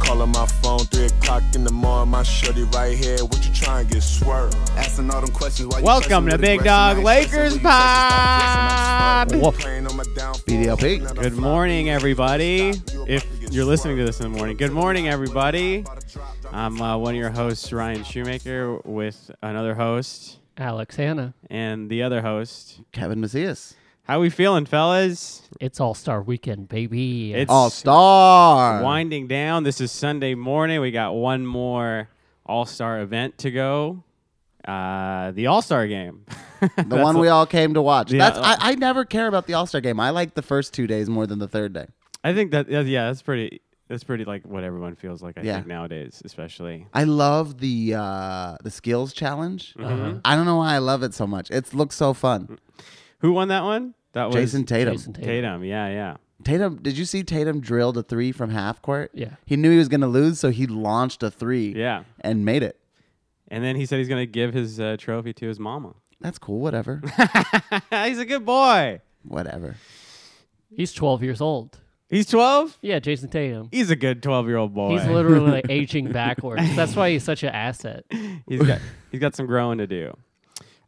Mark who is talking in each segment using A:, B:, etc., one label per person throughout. A: Calling my phone, 3 o'clock in the morning. My shorty right here. What you trying to get swerved? Asking all them questions. Why
B: Welcome to Big Dog Lakers Pod.
C: BDLP.
B: Good morning, everybody. If you're listening to this in the morning, good morning, everybody. I'm uh, one of your hosts, Ryan Shoemaker, with another host
D: Alex Hannah.
B: and the other host.
C: Kevin Macias.
B: How we feeling, fellas?
D: It's All Star Weekend, baby.
B: It's
C: All star.
B: winding down. This is Sunday morning. We got one more All Star event to go. Uh, the All Star game.
C: The one we all came to watch.
B: Yeah.
D: uh,
C: That's I, I never care about the All Star game. I like the first two days more than the third day.
B: I think that yeah, yeah, that's pretty. That's pretty like what everyone feels like. I
C: Yeah.
B: think nowadays, especially.
C: I love the uh, the skills challenge. I don't know why I love it so much. It looks so fun.
B: Who won that one? That was
C: Jason Tatum.
D: Jason Tatum.
B: Tatum. Yeah, yeah.
C: Tatum, did you see Tatum drilled a three from half court?
D: Yeah.
C: He knew he was going to lose, so he launched a three.
B: Yeah.
C: And made it.
B: And then he said he's gonna give his uh, trophy to his mama.
C: That's cool. Whatever.
B: he's a good boy.
C: Whatever.
D: He's 12 years old.
B: He's twelve.
D: Yeah, Jason Tatum.
B: He's a good twelve-year-old boy.
D: He's literally like, aging backwards. That's why he's such an asset.
B: he's got he's got some growing to do.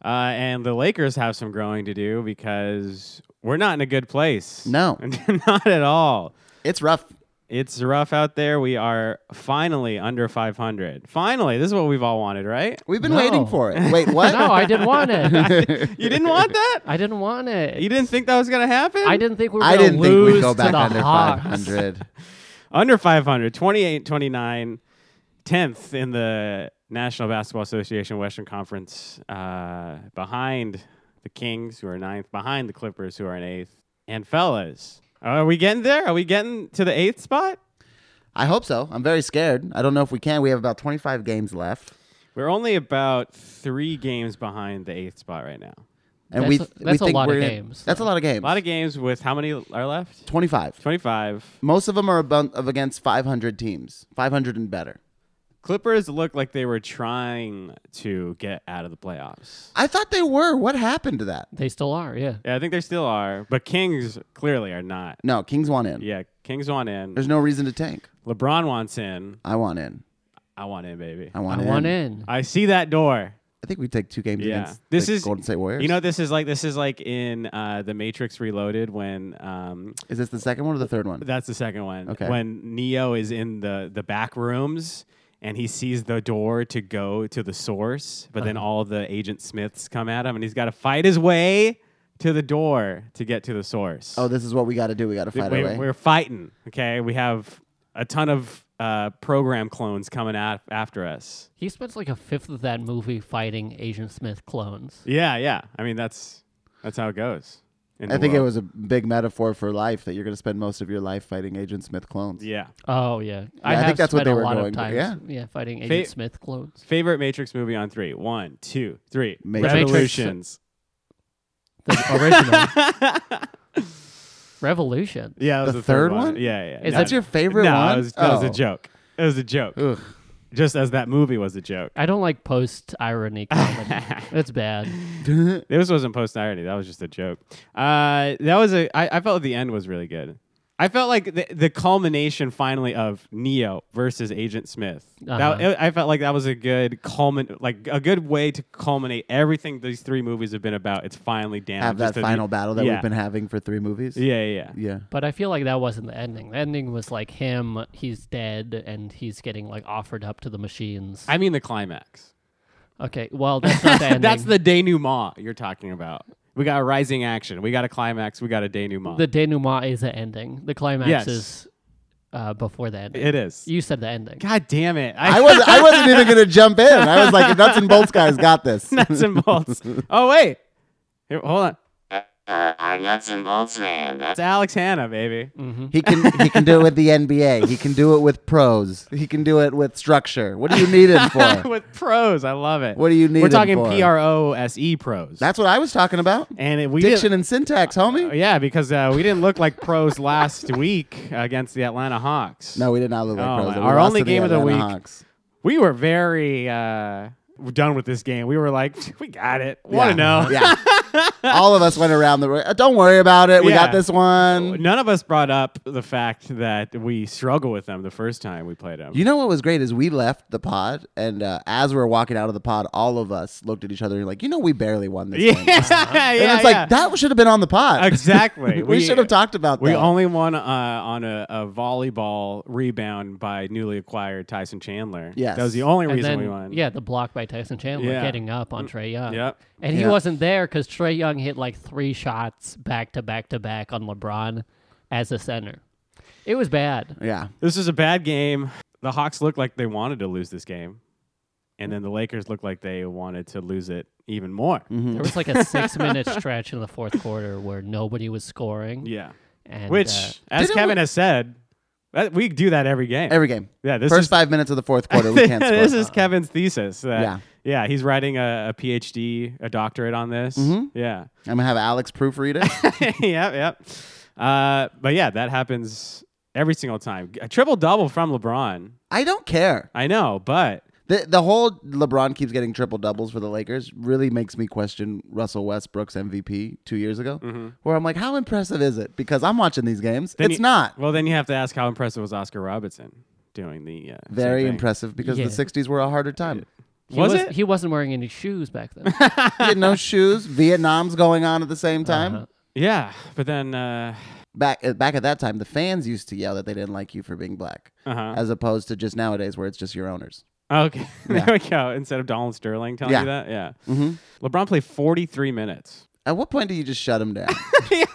B: Uh, and the Lakers have some growing to do because we're not in a good place.
C: No.
B: not at all.
C: It's rough.
B: It's rough out there. We are finally under 500. Finally, this is what we've all wanted, right?
C: We've been
D: No.
C: waiting for it. Wait, what?
D: No, I didn't want it.
B: You didn't want that?
D: I didn't want
B: You
D: it.
B: didn't think that was going to happen?
D: I didn't think we were
C: I
D: going
C: didn't think
D: lose
C: we'd go
D: to
C: back
D: the
C: under
D: Hawks.
C: 500.
B: Under 500, 28, 29, 10th in the National Basketball Association Western Conference, uh, behind the Kings, who are ninth, behind the Clippers, who are in eighth. And fellas, are we getting there? Are we getting to the eighth spot?
C: I hope so. I'm very scared. I don't know if we can. We have about 25 games left.
B: We're only about three games behind the eighth spot right now.
C: And
D: That's
C: we,
D: a-
C: th- we
D: that's a
C: think
D: lot of
C: we're gonna-
D: games.
C: That's a lot of games.
B: A lot of games with how many are left?
C: 25.
B: 25.
C: Most of them are abun- of against 500 teams, 500 and better.
B: Clippers looked like they were trying to get out of the playoffs.
C: I thought they were. What happened to that?
D: They still are, yeah.
B: Yeah, I think they still are, but Kings clearly are not.
C: No, Kings want in.
B: Yeah, Kings want in.
C: There's no reason to tank.
B: LeBron wants in.
C: I want in.
B: I want in, baby.
C: I want
D: I
C: in.
D: want in.
B: I see that door.
C: I think we take two games
B: Yeah.
C: against
B: This
C: the
B: is-
C: Golden State Warriors.
B: You know, this is like this is like in uh, the Matrix Reloaded when um,
C: is this the second one or the third one?
B: that's the second one.
C: Okay.
B: When Neo is in the the back rooms and he sees the door to go to the source, but
C: Uh-huh.
B: then all the Agent Smiths come at him, and he's got to fight his way to the door to get to the source.
C: oh, this is what we got to do. We got to fight
B: we,
C: our way.
B: We're fighting. Okay, we have a ton of uh, program clones coming out after us.
D: He spends like a fifth of that movie fighting Agent Smith clones.
B: Yeah, yeah. I mean, that's that's how it goes. in
C: I
B: the
C: think it
B: world.
C: was a big metaphor for life that you're going to spend most of your life fighting Agent Smith clones.
B: Yeah.
D: Oh, yeah. I,
C: I
D: have
C: think that's what
D: spent
C: they
D: a
C: were
D: lot
C: going
D: of
C: for,
D: times.
C: yeah.
D: fighting
B: Fa-
D: Agent Smith clones.
B: Favorite Matrix movie on three. One, two, three.
C: Matrix.
B: Revolutions.
D: The original. Revolution.
B: Yeah, that was
C: The
B: the, third,
C: third one?
B: Yeah, yeah.
D: Is
B: No,
C: that your favorite
B: no,
C: one?
B: It was, that was a
C: Oh.
B: joke. It was a joke.
C: Ugh.
B: Just as that movie was a joke.
D: I don't like post irony comedy. That's bad.
B: This wasn't post irony. That was just a joke. Uh, that was a. I, I felt the end was really good. I felt like the, the culmination finally of Neo versus Agent Smith. That,
D: Uh-huh.
B: I I felt like that was a good culmin, like a good way to culminate everything these three movies have been about. It's finally down. just
C: Have that
B: at the-
C: final battle that
B: yeah.
C: we've been having for three movies.
B: Yeah, yeah, yeah.
C: Yeah.
D: But I feel like that wasn't the ending. The ending was like him, he's dead, and he's getting like offered up to the machines.
B: I mean the climax.
D: okay, well, that's not the ending.
B: That's the denouement you're talking about. We got a rising action. We got a climax. We got a denouement.
D: the denouement is the ending. The climax
B: Yes.
D: is uh, before the ending.
B: it is.
D: you said the ending.
B: God damn it!
C: I wasn't. I wasn't even gonna jump in. I was like, "Nuts and bolts guys got this."
B: nuts and bolts. Oh wait, Here, hold on.
E: Uh, I'm nuts and bolts man. That's
B: It's Alex Hanna, baby.
C: He can. He can do it with the NBA. He can do it with pros. He can do it with structure. What do you need it for?
B: With pros, I love it.
C: What do you need
B: We're
C: him
B: talking
C: for?
B: P R O S E pros.
C: That's what I was talking about.
B: and it, we
C: Diction
B: didn't-
C: and syntax, homie.
B: yeah, because uh, we didn't look like pros last week against the Atlanta Hawks.
C: No, we did not look like
B: Oh,
C: pros.
B: my-
C: We
B: our
C: lost
B: only
C: to
B: game of the
C: Atlanta
B: week.
C: Hawks.
B: we were very uh, done with this game. We were like, we got it. Want to
C: Yeah.
B: know?
C: Yeah. All of us went around the room. "Uh, Don't worry about it. We
B: Yeah. Oh,
C: got this one.
B: None of us brought up the fact that we struggle with them the first time we played them.
C: You know what was great is we left the pod, and uh, as we were walking out of the pod, all of us looked at each other and like, you know, we barely won this
B: yeah,
C: one. And
B: yeah,
C: it's
B: yeah.
C: like that should have been on the pod.
B: exactly.
C: we should have talked about
B: We
C: that.
B: only won uh, on a, a volleyball rebound by newly acquired Tyson Chandler.
C: Yes.
B: that was the only
D: And
B: reason we
D: then,
B: won.
D: yeah, the block by Tyson Chandler
B: Yeah. Mm,
D: getting up on Trey Young.
B: Yep.
D: And he
C: Yeah.
D: wasn't there because Trey Young hit like three shots back to back to back on LeBron as a center. It was bad.
C: yeah.
B: This was a bad game. The Hawks looked like they wanted to lose this game, and then the Lakers looked like they wanted to lose it even more.
C: Mm-hmm.
D: There was like a six minute stretch in the fourth quarter where nobody was scoring.
B: Yeah,
D: And,
B: which,
D: uh,
B: as
C: didn't
B: Kevin
C: we-
B: has said, that, we do that every game.
C: Every game.
B: yeah, this
C: First
B: is
C: five minutes of the fourth quarter, we can't score.
B: this is Kevin's thesis. That, yeah.
C: Yeah.
B: he's writing a, a PhD, a doctorate on this.
C: Mm-hmm.
B: Yeah.
C: I'm gonna have Alex proofread it.
B: yep, yep. Uh, but yeah, that happens every single time. A triple double from LeBron.
C: I don't care.
B: I know, but
C: The the whole LeBron keeps getting triple doubles for the Lakers really makes me question Russell Westbrook's MVP two years ago, where I'm like, how impressive is it? Because I'm watching these games.
B: Mm-hmm. then
C: it's
B: you-
C: not
B: Well, then you have to ask how impressive was Oscar Robertson doing the uh, same
C: very
B: thing.
C: impressive because
D: Yeah.
C: the '60s were a harder time.
D: he
B: was
D: was
B: it?
D: He wasn't wearing any shoes back then.
C: He had no shoes. Vietnam's going on at the same time.
D: Uh-huh.
B: Yeah, but then uh
C: Back uh, back at that time, the fans used to yell that they didn't like you for being black,
B: uh
D: Uh-huh.
C: as opposed to just nowadays where it's just your owners.
B: okay.
C: Yeah.
B: there we go. Instead of Donald Sterling telling
C: Yeah.
B: you that, yeah.
C: Mhm.
B: LeBron played 43 minutes.
C: At what point do you just shut them down?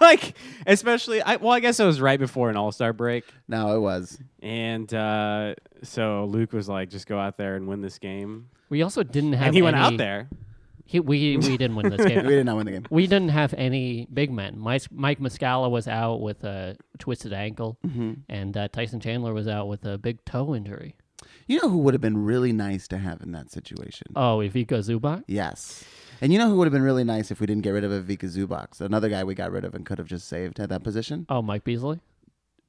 B: like especially I well I guess it was right before an All-Star break.
C: no, it was.
B: And uh, so Luke was like, just go out there and win this game.
D: We also didn't have.
B: And he went
D: any-
B: out there.
D: He, we we didn't win this
C: We
D: game.
C: did not win the game.
D: we didn't have any big men. Mike, Mike Muscala was out with a twisted ankle,
B: Mm-hmm.
D: and uh, Tyson Chandler was out with a big toe injury.
C: You know who would have been really nice to have in that situation?
D: Oh, Ivica Zubac.
C: Yes. And you know who would have been really nice if we didn't get rid of Avika Zubox? Another guy we got rid of and could have just saved at that position?
D: Oh, Mike Beasley.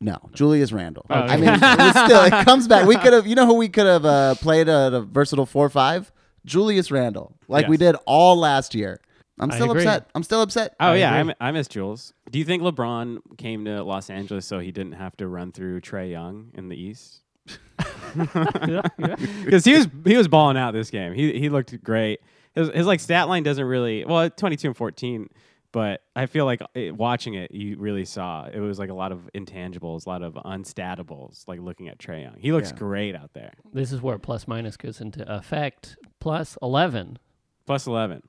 C: No, Julius Randle.
B: Oh,
C: I
B: okay.
C: mean, it was still, it comes back. We could have, you know who we could have uh, played at a versatile 4 5? Julius Randle, like we
B: Yes.
C: did all last year. I'm
D: I
C: still
D: agree.
C: upset. I'm still upset.
B: Oh, yeah. I,
D: agree.
B: mi- I miss Jules. Do you think LeBron came to Los Angeles so he didn't have to run through Trey Young in the East? Because he was he was balling out this game. He he looked great. His, his like stat line doesn't really well twenty two and fourteen, but I feel like it, watching it, you really saw it was like a lot of intangibles, a lot of unstatables. Like looking at Trey Young, he looks
C: Yeah.
B: great out there.
D: This is where plus minus goes into effect. Plus eleven.
B: Plus eleven.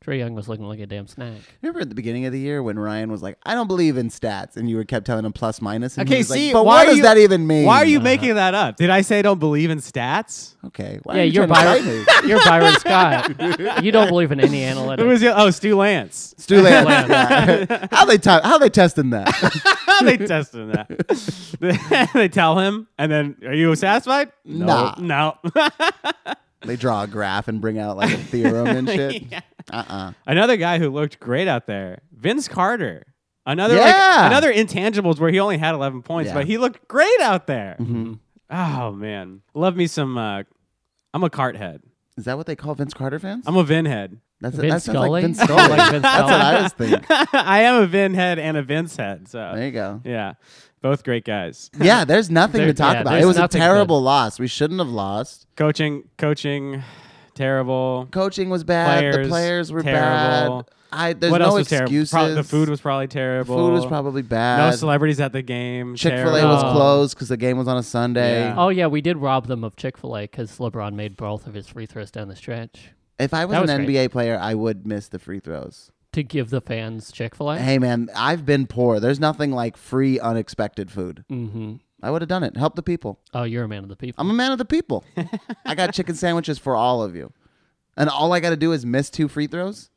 D: Trey Young was looking like a damn snack.
C: Remember at the beginning of the year when Ryan was like, "I don't believe in stats," and you were kept telling him plus minus. And he
B: Okay,
C: was like,
B: see,
C: but
B: why
C: what
B: are
C: does
B: you- Uh-huh.
C: that even mean?
B: Why are you making that up? Did I say I don't believe in stats?
C: Okay, why
D: yeah,
C: are you
D: you're
C: trying to
D: Byron.
C: fight me?
D: you're Byron Scott. You don't believe in any
B: Who
D: analytics.
B: was the, oh Stu Lance?
C: Stu Lance. Yeah. how they t- how they testing that?
B: How they test him that? they tell him, and then are you satisfied? No, no.
C: they draw a graph and bring out like a theorem and shit. Uh-uh.
B: another guy who looked great out there, Vince Carter. Another
C: Yeah.
B: like, another intangibles where he only had 11 points,
C: Yeah. Mm-hmm.
B: but he looked great out there. Oh man, love me some. Uh, I'm a cart head.
C: Is that what they call Vince Carter fans?
B: I'm a Vin head.
C: That's
D: Vin
C: that sounds like
D: Scully?
C: Vince Scully.
D: Like Vince
C: That's what
D: Scully.
C: I was thinking.
B: I am a Vin head and a Vince head. So
C: There you go.
B: yeah, both great guys.
C: Yeah, there's nothing
D: There-
C: to talk
D: yeah,
C: about.
D: there's
C: It was a
D: nothing good.
C: terrible loss. We shouldn't have lost.
B: coaching coaching terrible
C: Coaching was bad.
B: Players,
C: the players were
B: terrible.
C: bad. I there's
B: what
C: no
B: else was
C: excuses.
B: terrible Pro- the food was probably terrible
C: Food was probably
B: no
C: bad.
B: celebrities at the game
C: Chick Fil A
B: terrible.
C: Uh, was closed because the game was on a Sunday.
B: Yeah.
D: Oh yeah, we did rob them of Chick Fil A because LeBron made both of his free throws down the stretch
C: If I was,
D: That was
C: an
D: great.
C: NBA player, I would miss the free throws.
D: to give the fans Chick Fil A.
C: Hey man, I've been poor. There's nothing like free, unexpected food.
D: Mm-hmm.
C: I would have done it. Help the people.
D: Oh, you're a man of the people.
C: I'm a man of the people. I got chicken sandwiches for all of you, and all I got to do is miss two free throws.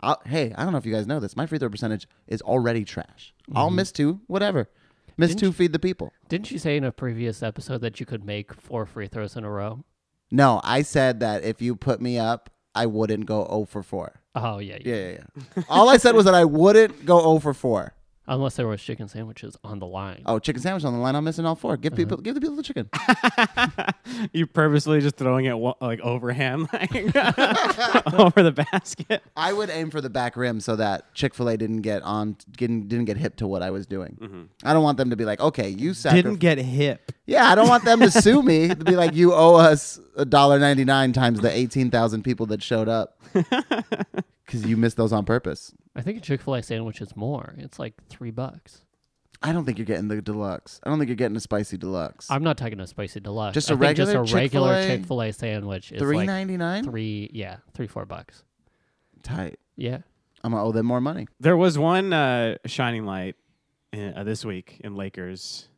C: I'll, hey, I don't know if you guys know this. My free throw percentage is already trash. I'll miss two, whatever. Miss
D: Mm-hmm. Didn't
C: two, feed the people.
D: Didn't you say in a previous episode that you could make four free throws in a row?
C: No, I said that if you put me up, I wouldn't go 0 for 4.
D: Oh yeah,
C: Yeah, yeah, yeah. all I said was that I wouldn't go 0 for 4.
D: Unless there was chicken sandwiches on the line.
C: Oh, chicken sandwich on the line. I'm missing all four.
D: Uh-huh.
C: Give people, give the people the chicken.
B: Oh, you purposely just throwing it wa- like overhand, like over the basket.
C: I would aim for the back rim so that Chick Fil A didn't get on, didn't didn't get hip to what I was doing. I don't want them to be like, okay, you sacrificed.
B: Didn't get hip.
C: Yeah, I don't want them to sue me. To be like, you owe us a dollar ninety nine times the eighteen thousand people that showed up because you missed those on purpose.
D: I think a Chick fil A sandwich is more. It's like three bucks.
C: I don't think you're getting the deluxe. I don't think you're getting a spicy deluxe.
D: I'm not talking a spicy deluxe.
C: Just
D: I
C: a
D: think just a
C: regular
D: regular
C: Chick-fil-A?
D: Chick fil A sandwich is
C: Three
D: like
C: ninety nine.
D: three yeah, three, four bucks.
C: Tight.
D: Yeah.
C: I'm gonna owe them more money.
B: There was one uh, shining light in, uh, this week in Lakers.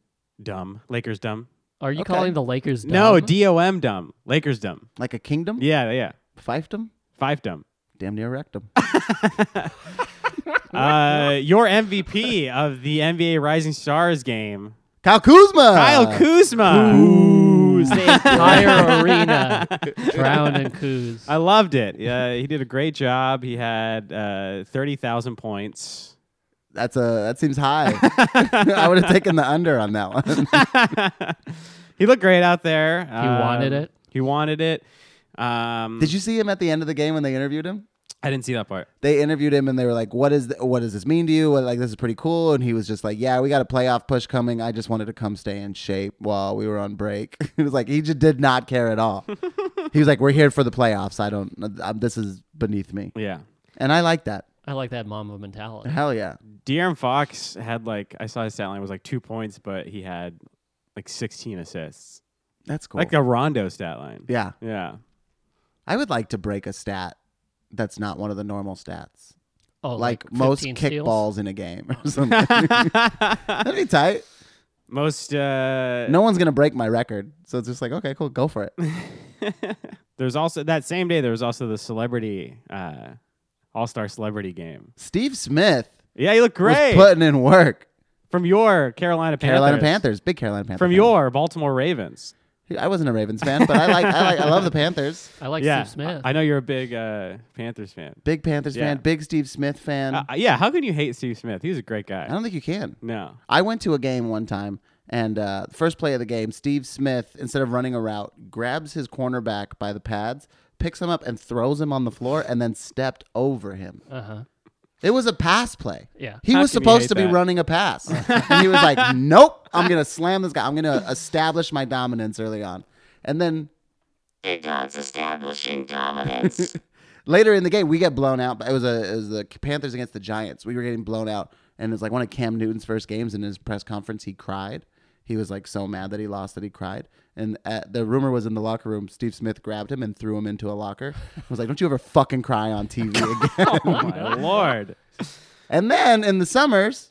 B: Dumb Lakers. Dumb.
D: Are you
C: Okay.
D: calling the Lakers dumb?
B: No, D O M. Dumb Lakers. Dumb.
C: Like a kingdom,
B: Yeah, yeah.
C: fiefdom,
B: Five dumb.
C: damn near rectum.
B: Uh, your MVP of the NBA Rising Stars game,
C: Kyle Kuzma.
B: Kyle Kuzma.
D: the entire arena drowned in coos.
B: I loved it. Yeah, he did a great job. He had uh, thirty thousand points.
C: That's a that seems high. I would have taken the under on that one.
B: He looked great out there. He
D: wanted it.
B: He wanted it. Um,
C: Did you see him at the end of the game when they interviewed him?
B: I didn't see that part.
C: they interviewed him and they were like, "What is th- what does this mean to you? What, like this is pretty cool." And he was just like, "Yeah, we got a playoff push coming. I just wanted to come stay in shape while we were on break." he was like, he just did not care at all. he was like, "We're here for the playoffs. I don't. i this is beneath me."
B: Yeah,
C: And I like that.
D: I like that mama mentality.
C: Hell yeah.
B: De'Aaron Fox had like I saw his stat line was like two points, but he had like sixteen assists,
C: That's cool.
B: like um, a Rondo stat line.
C: yeah,
B: yeah.
C: I would like to break a stat that's not one of the normal stats.
D: Oh,
C: like, most
D: 15 steals?
C: kickballs in a game or something. That'd be tight.
B: Most uh,
C: No one's going to break my record. So it's just like, okay, cool, go for it.
B: There's also that same day. There was also the celebrity uh, All Star celebrity game.
C: Steve Smith
B: Yeah, you look great
C: was putting in work.
B: from your Carolina Panthers.
C: Carolina Panthers, big Carolina Panthers.
B: From your Baltimore Ravens.
C: I wasn't a Ravens fan, but I like, I like, I love the Panthers.
D: I like
B: yeah,
D: Steve Smith.
B: I, I know you're a big uh, Panthers fan.
C: Big Panthers
B: Yeah.
C: fan, big Steve Smith fan.
B: Uh, yeah, how can you hate Steve Smith? He's a great guy.
C: I don't think you can.
B: no.
C: I went to a game one time, and uh, first play of the game, Steve Smith, instead of running a route, grabs his cornerback by the pads, picks him up, and throws him on the floor, and then stepped over him.
D: uh huh.
C: It was a pass play.
D: Yeah.
C: He
B: Uh-huh. How
C: was
B: can you hate
C: supposed to be
B: that?
C: running a pass. and he was like, nope, I'm going to slam this guy. I'm going to establish my dominance early on. And then
E: God's establishing dominance.
C: later in the game, we get blown out. But it was a it was the Panthers against the Giants. We were getting blown out, and it was like one of Cam Newton's first games. In his press conference, he cried. He was like so mad that he lost that he cried. And uh the rumor was in the locker room, Steve Smith grabbed him and threw him into a locker. I was like, "Don't you ever fucking cry on TV again."
B: Oh my lord.
C: and then in the summers,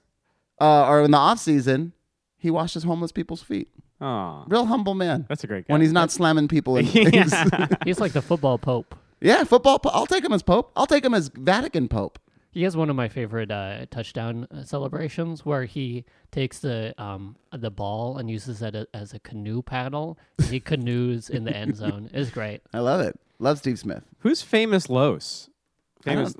C: uh, or in the off season, he washes homeless people's feet.
B: Oh,
C: Real humble man.
B: that's a great guy.
C: when he's not slamming people in things.
B: Yeah.
D: He's like the football pope.
C: yeah, football. po- I'll take him as pope. I'll take him as Vatican pope.
D: He has one of my favorite uh, touchdown uh, celebrations where he takes the um, the ball and uses it a- as a canoe paddle. He canoes in the end zone. It's great.
C: I love it. Love Steve Smith.
B: Who's famous Los? Famous.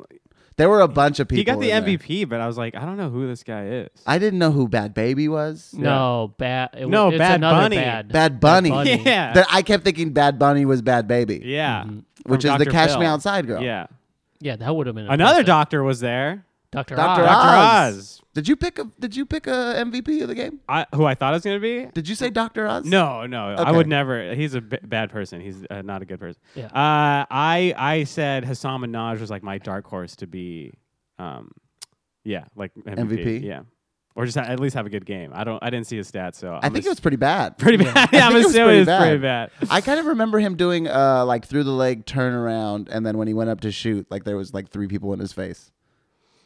C: There were a bunch of people.
B: He got the
C: in there.
B: MVP, but I was like, I don't know who this guy is.
C: I didn't know who Bad Baby was.
D: No bad. It, w-
B: No,
D: it's
B: Bad
D: another
B: Bunny.
D: Bad.
C: Bad Bunny.
D: Bunny.
B: yeah.
C: That I kept thinking Bad Bunny was Bad Baby,
B: yeah.
C: Mm-hmm. which is
B: From
C: the
B: Dr.
C: Cash
B: Phil.
C: Me Outside girl.
B: Yeah.
D: Yeah, that would have been
B: Another
D: impressive.
B: doctor was there.
D: Doctor
C: Dr.
D: Oz.
B: Oz.
C: Oz. Did you pick a Did you pick a MVP of the game?
B: I, who I thought it was going to be?
C: Did you say Doctor Oz?
B: No, no, I
C: Okay.
B: would never. He's a b- bad person. He's uh, not a good person.
D: Yeah.
B: Uh, I I said Hassan Minaj was like my dark horse to be, um, yeah, like MVP.
C: MVP?
B: Yeah, or just ha- at least have a good game. I don't. I didn't see his stats, so
C: I
B: I'm
C: think
B: ass-
C: it was pretty bad.
B: pretty bad. Yeah,
C: I
B: I'm
C: think it was
B: assuming
C: pretty
B: it's
C: bad.
B: pretty bad.
C: I kind of remember him doing uh like through the leg turnaround, and then when he went up to shoot, like there was like three people in his face.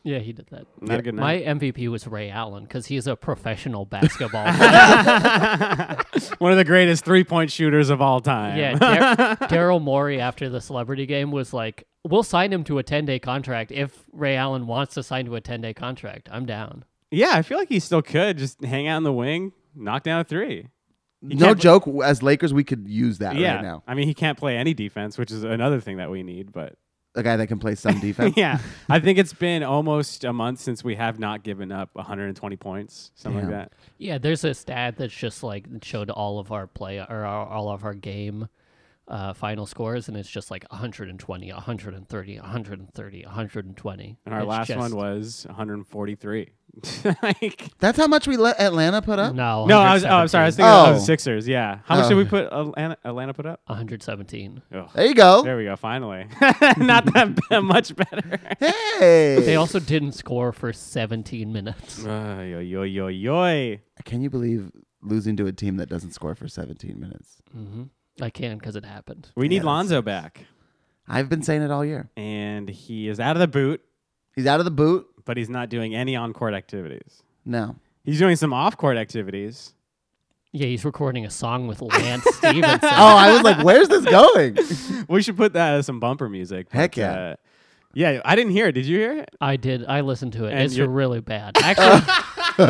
D: Yeah, he did that.
B: Not a good
D: My
B: night.
D: MVP was Ray Allen because he's a professional basketball player.
B: One of the greatest three point shooters of all time.
D: yeah, Dar- Daryl Morey after the celebrity game was like, "We'll sign him to a ten day contract if Ray Allen wants to sign to a ten day contract. I'm down."
B: yeah. I feel like he still could just hang out in the wing, knock down a three. He
C: no
B: can't-
C: joke. As Lakers, we could use that
B: yeah.
C: right now.
B: I mean, he can't play any defense, which is another thing that we need. But
C: a guy that can play some defense.
B: yeah, I think it's been almost a month since we have not given up 120 points, something
C: Damn.
B: like that.
D: Yeah, there's a stat that's just like that showed all of our play or our, all of our game uh, final scores, and it's just like 120, 130, 130, 120.
B: And our
D: It's
B: last
D: just-
B: one was 143. like,
C: That's how much we let Atlanta put up.
D: no,
B: no, I was. Oh, I'm sorry. I was
D: 117.
B: thinking of
C: Oh.
B: the Sixers. Yeah. How much
C: Oh.
B: did we put Atlanta, Atlanta put up?
D: 117.
B: Ugh.
C: There you go.
B: There we go. Finally, not that b- much better.
C: Hey.
D: They also didn't score for 17 minutes.
B: Uh, yo yo yo yo.
C: Can you believe losing to a team that doesn't score for 17 minutes?
D: hmm I can because it happened.
B: We
C: Yeah,
B: need
C: that
B: Lonzo
C: sucks.
B: back,
C: I've been saying it all year.
B: and he is out of the boot,
C: He's out of the boot.
B: but he's not doing any on-court activities.
C: No.
B: He's doing some off-court activities.
D: Yeah, he's recording a song with Lance Stevenson.
C: Oh, I was like, where's this going?
B: we should put that as some bumper music.
C: Heck
B: but,
C: yeah.
B: uh, yeah, I didn't hear it. Did you hear it?
D: I did. I listened to it.
B: And
D: it's
B: you're-
D: really bad. Actually,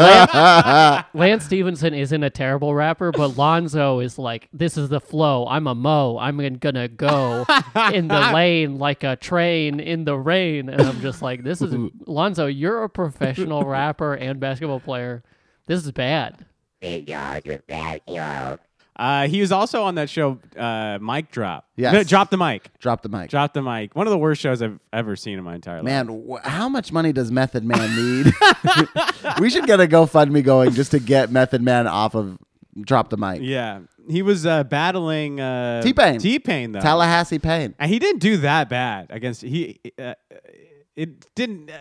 D: Lance Stevenson isn't a terrible rapper, but Lonzo is like, this is the flow. I'm a mo. I'm gon- gonna go in the lane like a train in the rain. And I'm just like, this is Lonzo. You're a professional rapper and basketball player. This is bad.
E: Big yard with bad yo.
B: Uh, he was also on that show, uh, Mic Drop.
C: Yes.
B: No, Drop the Mic.
C: Drop the mic.
B: Drop the Mic. One of the worst shows I've ever seen in my entire life.
C: Man, wh- how much money does Method Man need? we should get a GoFundMe going just to get Method Man off of Drop the Mic.
B: Yeah. He was uh, battling uh,
C: T-Pain.
B: T-Pain, though.
C: Tallahassee Payne.
B: and he didn't do that bad against. He. Uh, it didn't. Uh,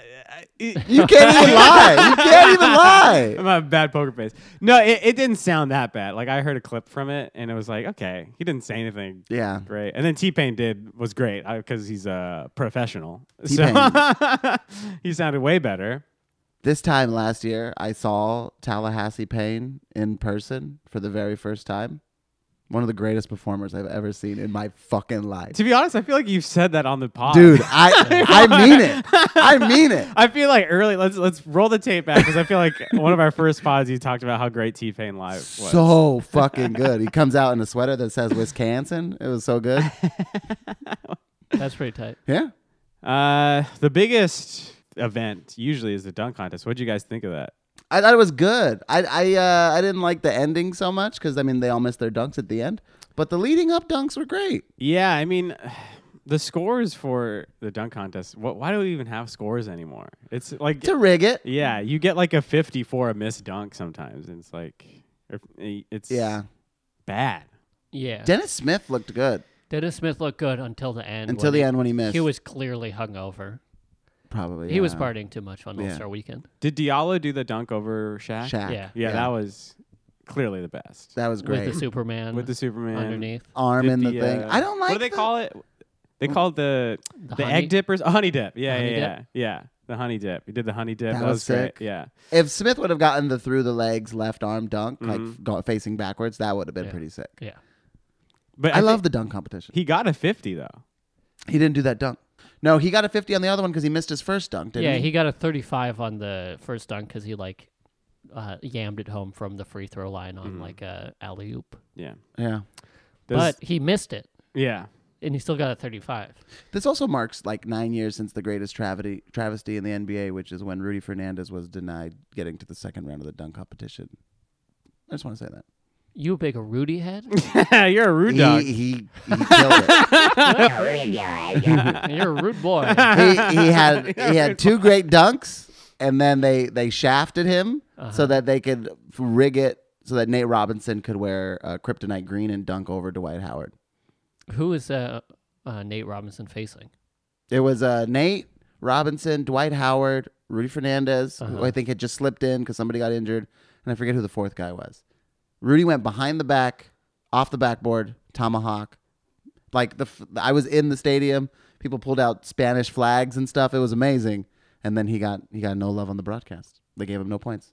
B: it,
C: You can't even lie. You can't even lie.
B: I'm a bad poker face. No, it, it didn't sound that bad. Like I heard a clip from it, and it was like, okay, he didn't say anything
C: Yeah.
B: Great. And then T Pain did was great because he's a professional. So he sounded way better.
C: This time last year, I saw Tallahassee Payne in person for the very first time. One of the greatest performers I've ever seen in my fucking life.
B: To be honest, I feel like you've said that on the pod,
C: Dude, I I mean it. I mean it.
B: I feel like early. Let's let's roll the tape back because I feel like one of our first pods you talked about how great T Pain live was.
C: So fucking good. He comes out in a sweater that says Wisconsin. It was so good.
D: That's pretty tight.
C: Yeah.
B: uh, the biggest event usually is the dunk contest. What would you guys think of that?
C: I thought it was good. I I uh, I didn't like the ending so much because I mean they all missed their dunks at the end, but the leading up dunks were great.
B: Yeah, I mean. The scores for the dunk contest. What? Why do we even have scores anymore? It's like
C: To rig it,
B: Yeah, you get like a 50 for a missed dunk sometimes. And it's like, if- eh, it's
C: yeah.
B: bad.
D: Yeah.
C: Dennis Smith looked good
D: Dennis Smith looked good until the end.
C: until
D: when
C: the
D: he-
C: end when he missed.
D: He was clearly hungover.
C: probably
D: He was
C: yeah.
D: partying too much on All Star Weekend.
B: Did Diallo do the dunk over Shaq?
C: Shaq.
D: Yeah.
B: Yeah, that was clearly the best.
C: that was great.
D: With the Superman
B: With the Superman.
D: underneath.
C: Arm
B: Did
C: in the,
B: the,
C: thing.
B: uh,
C: I don't like.
B: what do they
C: the- Mm.
B: call it? They called the the,
D: honey?
B: egg dippers. Oh, honey dip. Yeah,
D: Honey
B: yeah,
D: dip?
B: yeah. Yeah. The honey dip. He did the honey dip.
C: That
B: That,
C: was
B: was,
C: sick.
B: great. Yeah.
C: If Smith would have gotten the through the legs left arm dunk,
B: Mm-hmm.
C: like go, facing backwards, that would have been
D: Yeah.
C: pretty sick.
D: Yeah.
B: But
C: I, love
B: think
C: the dunk competition.
B: he got a 50 though.
C: He didn't do that dunk. No, he got a 50 on the other one because he missed his first dunk, didn't
D: yeah,
C: he?
D: he got a 35 on the first dunk because he like uh, yammed it home from the free throw line
C: Mm-hmm.
D: on like a alley oop,
B: Yeah.
C: yeah.
B: Those-
D: but he missed it,
B: yeah.
D: and he still got a 35.
C: This also marks like nine years since the greatest travesty, travesty in the NBA, which is when Rudy Fernandez was denied getting to the second round of the dunk competition. I just want to say that.
D: You a big Rudy head?
B: You're a rude dog.
C: He, he, he killed it.
D: You're a rude boy.
C: He, he had he had two great dunks, and then they they shafted him so that they could rig it so that Nate Robinson could wear uh, kryptonite green and dunk over Dwight Howard.
D: Who is uh, uh, Nate Robinson facing?
C: It was uh, Nate Robinson, Dwight Howard, Rudy Fernandez, who I think had just slipped in because somebody got injured, and I forget who the fourth guy was. Rudy went behind the back, off the backboard, tomahawk. Like the, f- I was in the stadium. People pulled out Spanish flags and stuff. It was amazing. And then he got he got no love on the broadcast. They gave him no points.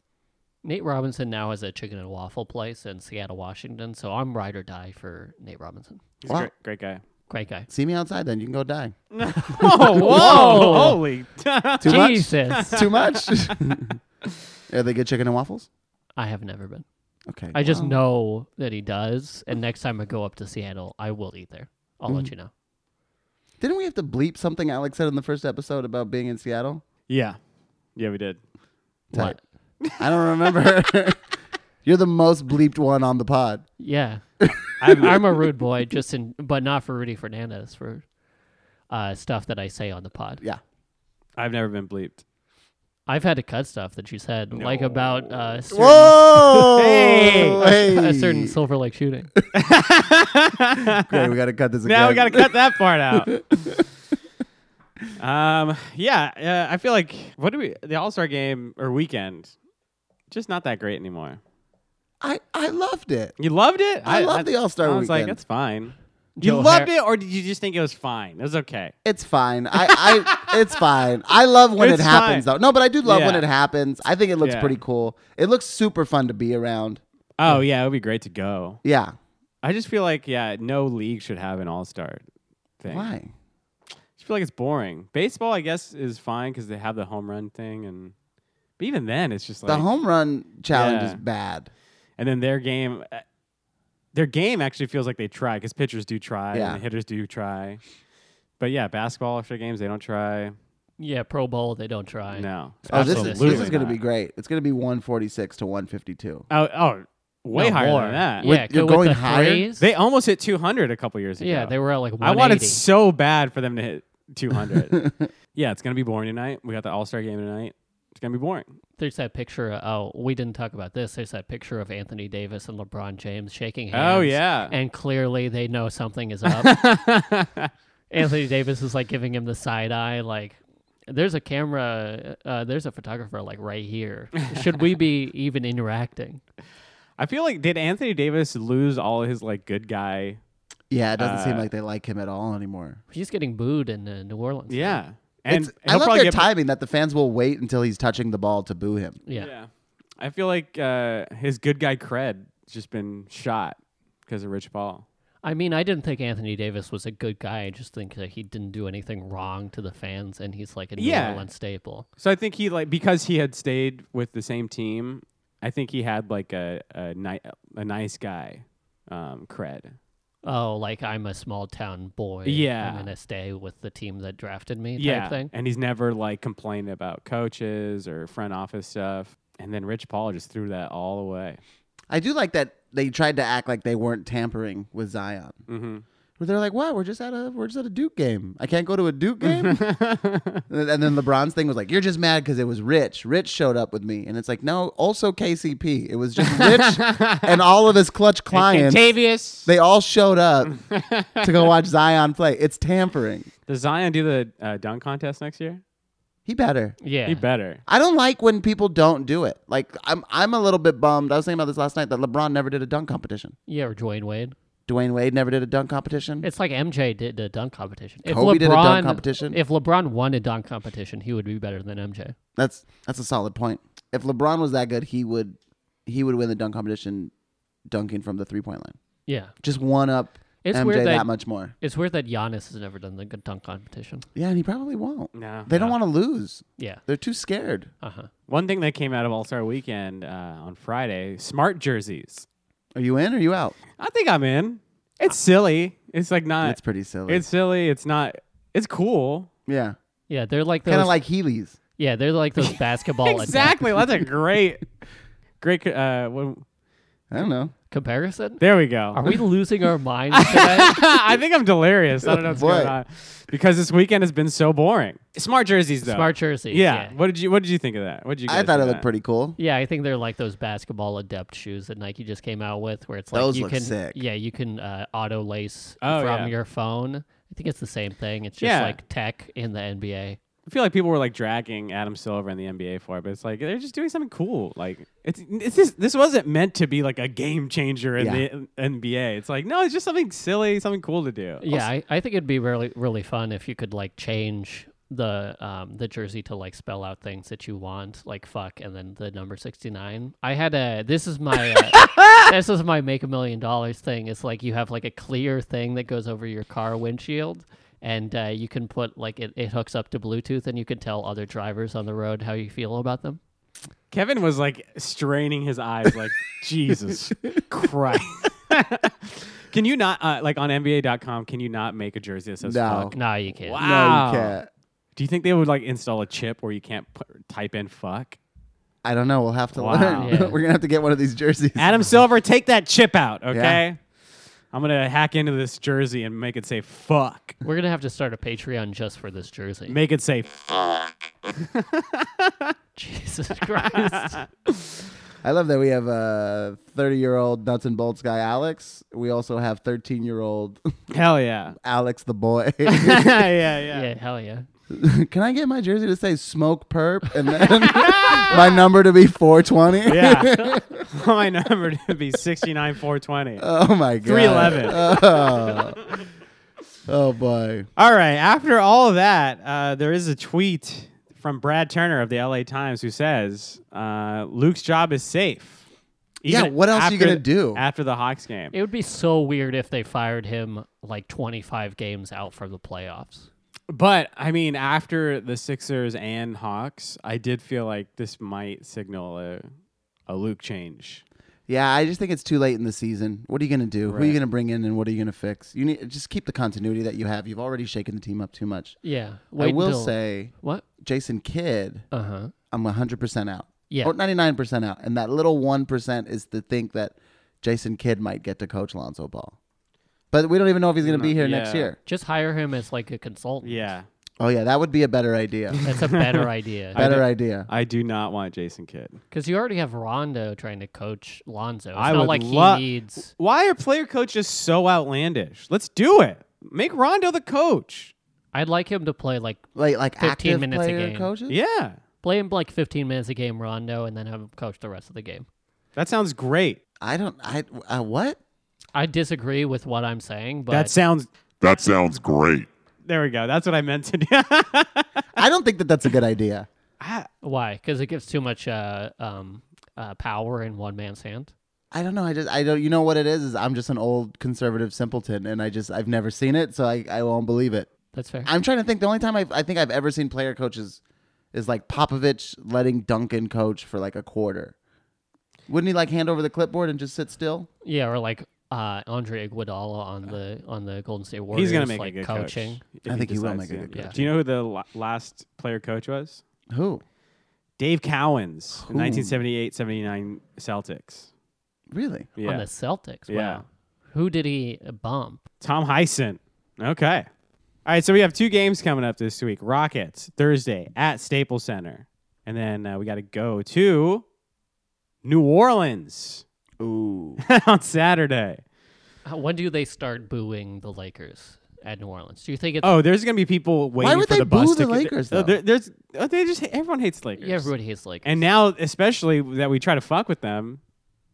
D: Nate Robinson now has a chicken and waffle place in Seattle, Washington. So I'm ride or die for Nate Robinson.
B: He's
C: Wow.
B: a great, great guy.
D: Great guy.
C: See me outside, then you can go die.
B: oh, whoa. Holy.
C: Too
D: Jesus,
C: much. Too much. Are they good chicken and waffles?
D: I have never been.
C: Okay.
D: I just
C: wow.
D: know
C: Mm.
D: that he does, and next time I go up to Seattle, I will eat there. I'll let you know.
C: Didn't we have to bleep something Alex said in the first episode about being in Seattle?
B: Yeah. Yeah, we did.
C: Tight. I don't remember. You're the most bleeped one on the pod.
D: Yeah. I'm, I'm a rude boy, just in, but not for Rudy Fernandez for uh, stuff that I say on the pod.
C: Yeah.
B: I've never been bleeped.
D: I've had to cut stuff that you said, like about uh, certain,
C: Whoa!
B: Hey!
D: a certain Silver Lake shooting.
C: Okay, we gotta cut this.
B: Now we
C: again.
B: got to cut that part out. um, yeah, uh, I feel like what do we the All Star game or weekend? Just not that great anymore.
C: I I loved it.
B: You loved it.
C: I loved the All-Star
B: I was like,
C: weekend.
B: that's fine.
D: Joe
B: you loved
D: Har-
B: it, or did you just think it was fine? It was okay.
C: It's fine. I, I it's fine. I love when
B: It's
C: it happens
B: fine.
C: though. No, but I do love when
B: Yeah.
C: it happens. I think it looks
B: Yeah.
C: pretty cool. It looks super fun to be around.
B: Oh yeah, it would be great to go.
C: Yeah.
B: I just feel like yeah, no league should have an All Star thing.
C: Why?
B: I just feel like it's boring. Baseball, I guess, is fine because they have the home run thing, and but even then, it's just like
C: the home run challenge
B: Yeah.
C: is bad.
B: And then their game, uh, their game actually feels like they try because pitchers do try
C: Yeah.
B: and hitters do try. But yeah, basketball after games they don't try.
D: Yeah, Pro Bowl, they don't try.
B: No,
C: Oh, this is this
B: absolutely
C: is gonna
B: not.
C: be great. It's gonna be one forty six to one fifty two.
B: Oh, oh way
D: No
B: higher
D: more.
B: than that.
D: Yeah,
C: With- you're
D: go with
C: going
D: the
C: higher?
D: threes.
B: They almost hit 200 a couple years ago.
D: yeah, they were at like
B: I wanted
D: 180.
B: so bad for them to hit 200. yeah, it's gonna be boring tonight. We got the All Star game tonight. It's gonna be boring.
D: There's that picture. Of, oh, we didn't talk about this. There's that picture of Anthony Davis and LeBron James shaking hands.
B: Oh, yeah.
D: and clearly they know something is up. Anthony Davis is like giving him the side eye. Like, there's a camera. Uh, there's a photographer like right here. Should we be even interacting?
B: I feel like did Anthony Davis lose all his like good guy?
C: Yeah, it doesn't seem like they like him at all anymore.
D: He's getting booed in uh, New Orleans.
B: Yeah, and
C: It's- I
B: he'll
C: love
B: probably
C: their
B: get-
C: timing that the fans will wait until he's touching the ball to boo him.
D: yeah.
B: Yeah. I feel like uh, his good guy cred has just been shot because of Rich Paul.
D: I mean, I didn't think Anthony Davis was a good guy. I just think that he didn't do anything wrong to the fans, and he's like a New
B: Yeah.
D: Orleans staple.
B: So I think he like because he had stayed with the same team, I think he had like a a, ni- a nice guy um, cred.
D: Oh, like I'm a small town boy.
B: Yeah.
D: I'm gonna stay with the team that drafted me. Type
B: yeah.
D: thing.
B: And he's never like complained about coaches or front office stuff. And then Rich Paul just threw that all away.
C: I do like that they tried to act like they weren't tampering with Zion.
B: hmm
C: Where they're like, "Wow, we're just at a we're just at a Duke game. I can't go to a Duke game." and then LeBron's thing was like, "You're just mad because it was Rich. Rich showed up with me." And it's like, "No, also KCP. It was just Rich and all of his clutch clients.
B: Contavious.
C: They all showed up to go watch Zion play. It's tampering.
B: Does Zion do the uh, dunk contest next year?
C: He better.
D: Yeah.
B: He better.
C: I don't like when people don't do it. Like I'm I'm a little bit bummed. I was thinking about this last night that LeBron never did a dunk competition.
D: Yeah, or Dwayne Wade.
C: Dwayne Wade never did a dunk competition.
D: It's like MJ did the dunk competition. If
C: Kobe
D: LeBron,
C: did a dunk competition.
D: If LeBron won a dunk competition, he would be better than MJ.
C: That's that's a solid point. If LeBron was that good, he would he would win the dunk competition dunking from the three point line.
D: Yeah.
C: Just one up
D: It's
C: MJ
D: weird that-
C: much more.
D: It's weird that Giannis has never done the good dunk competition.
C: Yeah, and he probably won't.
B: No.
C: They don't want to lose.
D: Yeah.
C: They're too scared.
D: Uh huh.
B: One thing that came out of All Star Weekend uh, on Friday: smart jerseys.
C: Are you in or are you out?
B: I think I'm in. It's silly. It's like not.
C: That's
B: It's,
C: pretty silly.
B: silly. It's not. It's cool.
C: yeah.
D: Yeah, they're like
C: Kind
D: those.
C: of like Healy's.
D: yeah, they're like those basketball exact
B: exactly. That's a great, great. Uh, one-
C: I don't know.
D: comparison.
B: there we go.
D: Are we losing our minds today?
B: I think I'm delirious. I don't know what's
C: Boy.
B: going on because this weekend has been so boring. Smart jerseys, though.
D: Smart jerseys.
B: Yeah.
D: Yeah.
B: What did you What did you think of that? What did you?
C: I
B: guys
C: thought
B: think
C: it
B: of
C: looked
B: that?
C: pretty cool.
D: Yeah, I think they're like those basketball adept shoes that Nike just came out with, where it's like
C: Those
D: you
C: look
D: can,
C: sick.
D: yeah, you can uh, auto lace
B: Oh,
D: from
B: yeah.
D: your phone. I think it's the same thing. It's just
B: Yeah.
D: like tech in the NBA.
B: I feel like people were like dragging Adam Silver and the NBA for it, but it's like they're just doing something cool. Like it's, it's this this wasn't meant to be like a game changer in
C: Yeah.
B: the NBA. It's like no, it's just something silly, something cool to do.
D: Yeah, I, I think it'd be really really fun if you could like change the um the jersey to like spell out things that you want, like fuck, and then the number sixty nine. I had a this is my uh, this is my make a million dollars thing. It's like you have like a clear thing that goes over your car windshield. And uh, you can put like it, it hooks up to Bluetooth, and you can tell other drivers on the road how you feel about them.
B: Kevin was like straining his eyes, like Jesus Christ. Can you not uh, like on NBA.com? Can you not make a jersey that says
C: No.
B: fuck?
D: Nah, you can't.
B: Wow.
C: No, you can't.
B: Do you think they would like install a chip where you can't put, type in fuck?
C: I don't know. We'll have to
B: Wow.
C: learn.
D: Yeah.
C: We're gonna have to get one of these jerseys.
B: Adam Silver, take that chip out, okay?
C: Yeah.
B: I'm gonna hack into this jersey and make it say fuck.
D: We're gonna have to start a Patreon just for this jersey.
B: Make it say f-
D: Jesus Christ.
C: I love that we have a 30 year old nuts and bolts guy, Alex. We also have 13 year old
B: hell yeah.
C: Alex the boy.
B: yeah, yeah,
D: yeah, hell yeah.
C: Can I get my jersey to say smoke perp and then my number to be 420?
B: yeah. My number to be 69420.
C: Oh my god.
B: 311.
C: Uh, Oh. oh boy.
B: All right. After all of that, uh, there is a tweet from Brad Turner of the LA Times who says uh, Luke's job is safe.
C: Yeah, what else are you
B: after
C: gonna
B: th-
C: do?
B: after the Hawks game?
D: It would be so weird if they fired him like 25 games out from the playoffs.
B: But I mean, after the Sixers and Hawks, I did feel like this might signal a a Luke change.
C: Yeah, I just think it's too late in the season. What are you gonna do? Who are you
B: Right.
C: gonna bring in and what are you gonna fix? You need just keep the continuity that you have. You've already shaken the team up too much.
D: Yeah.
C: I will
D: until-
C: say
D: What?
C: Jason Kidd,
D: Uh huh.
C: I'm 100% out.
D: Yeah.
C: Or 99% out. And that little 1% is to think that Jason Kidd might get to coach Lonzo Ball. But we don't even know if he's going to be here next
B: yeah.
C: year.
D: Just hire him as like a consultant.
B: Yeah,
C: Oh, yeah, that would be a better idea.
D: That's a better idea.
C: better
B: I
C: idea.
B: I do not want Jason Kidd.
D: Because you already have Rondo trying to coach Lonzo. It's
B: I
D: not
B: would
D: like
B: lo-
D: he needs.
B: Why are player coaches so outlandish? Let's do it. Make Rondo the coach.
D: I'd like him to play like
C: Like, like
D: 15
C: active
D: minutes a
C: player
D: game.
C: coaches?
B: Yeah,
D: play him like 15 minutes a game, Rondo, and then have him coach the rest of the game.
B: that sounds great.
C: I don't, I, uh, what?
D: I disagree with what I'm saying, but
B: that sounds.
A: That sounds great.
B: There we go. That's what I meant to do.
C: I don't think that that's a good idea.
B: I,
D: why? Because it gives too much uh, um, uh, power in one man's hand.
C: I don't know. I just, I don't, you know what it is? Is I'm just an old conservative simpleton and I just, I've never seen it, so I, I won't believe it.
D: That's fair.
C: I'm trying to think. The only time I've, I think I've ever seen player coaches is like Popovich letting Duncan coach for like a quarter. Wouldn't he like hand over the clipboard and just sit still?
D: yeah, or like uh, Andre Iguodala on the on the Golden State Warriors.
B: Uh. he's gonna make
D: like
B: a good
D: coaching.
B: coach. if
C: I think he will
B: decides
C: make a
B: to.
C: good
D: coach.
B: Do you know who the la- last player coach was?
C: Who?
B: Dave Cowens,
C: Who?
B: the 1978-79 Celtics.
C: Really?
B: Yeah.
D: on the Celtics. Wow.
B: Yeah.
D: Who did he bump?
B: Tom Heisen. Okay. All right, so we have two games coming up this week. Rockets Thursday at Staples Center, and then uh, we got to go to New Orleans
C: Ooh.
B: on Saturday.
D: How- When do they start booing the Lakers at New Orleans? Do you think it's
B: Oh, there's gonna be people waiting
C: would
B: for
C: they
B: the bus
C: boo
B: to
C: the Lakers,
B: uh,
C: though?
B: there- there's uh, they just everyone hates the Lakers.
D: yeah, everybody hates Lakers?
B: And now, especially that we try to fuck with them,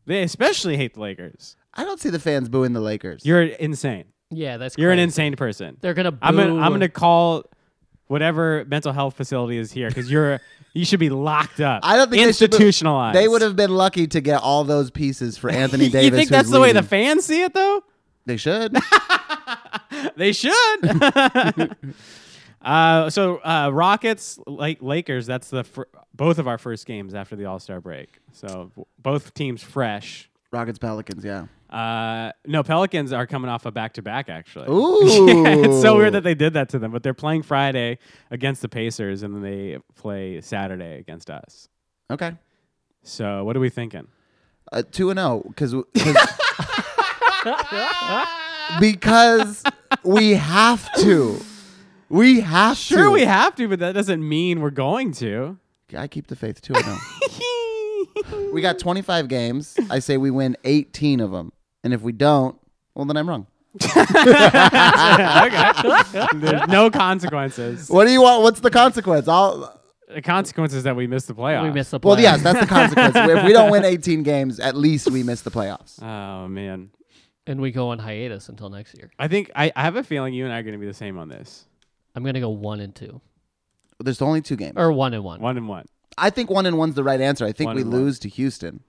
B: they especially hate the Lakers.
C: I don't see the fans booing the Lakers.
B: You're insane.
D: yeah, that's
B: You're an
D: crazy.
B: insane person.
D: They're gonna. Boo.
B: I'm gonna, I'm gonna call whatever mental health facility is here because you're you should be locked up.
C: I don't think they should boo-
B: institutionalized.
C: They would have been lucky to get all those pieces for Anthony Davis.
B: you think
C: who's
B: that's the way the
C: leading.
B: fans see it though?
C: they should?
B: They should. uh, so uh, Rockets, like Lakers. That's the fir- both of our first games after the All Star break. So w- both teams fresh.
C: Rockets, Pelicans, yeah.
B: Uh, no, Pelicans are coming off a back to back actually.
C: Ooh.
B: Yeah, it's so weird that they did that to them, but they're playing Friday against the Pacers and then they play Saturday against us.
C: Okay.
B: So what are we thinking?
C: Uh, 2 and 0 cuz because we have to. We have to.
B: Sure, we have to, but that doesn't mean we're going to.
C: I keep the faith 2 and 0. We got 25 games. I say we win 18 of them. And if we don't, well, then I'm wrong.
B: There's no consequences.
C: What do you want? What's the consequence? I'll,
B: The consequence is that we miss the playoffs.
D: We miss the.
C: well,
D: playoffs.
C: yes, that's the consequence. if we don't win 18 games, at least we miss the playoffs.
B: Oh man,
D: and we go on hiatus until next year.
B: I think I, I have a feeling you and I are going to be the same on this.
D: I'm gonna go one and two
C: There's only two games.
D: or one and one.
B: One and one.
C: I think one and one's the right answer. I think
B: One
C: we
B: and one.
C: lose to Houston.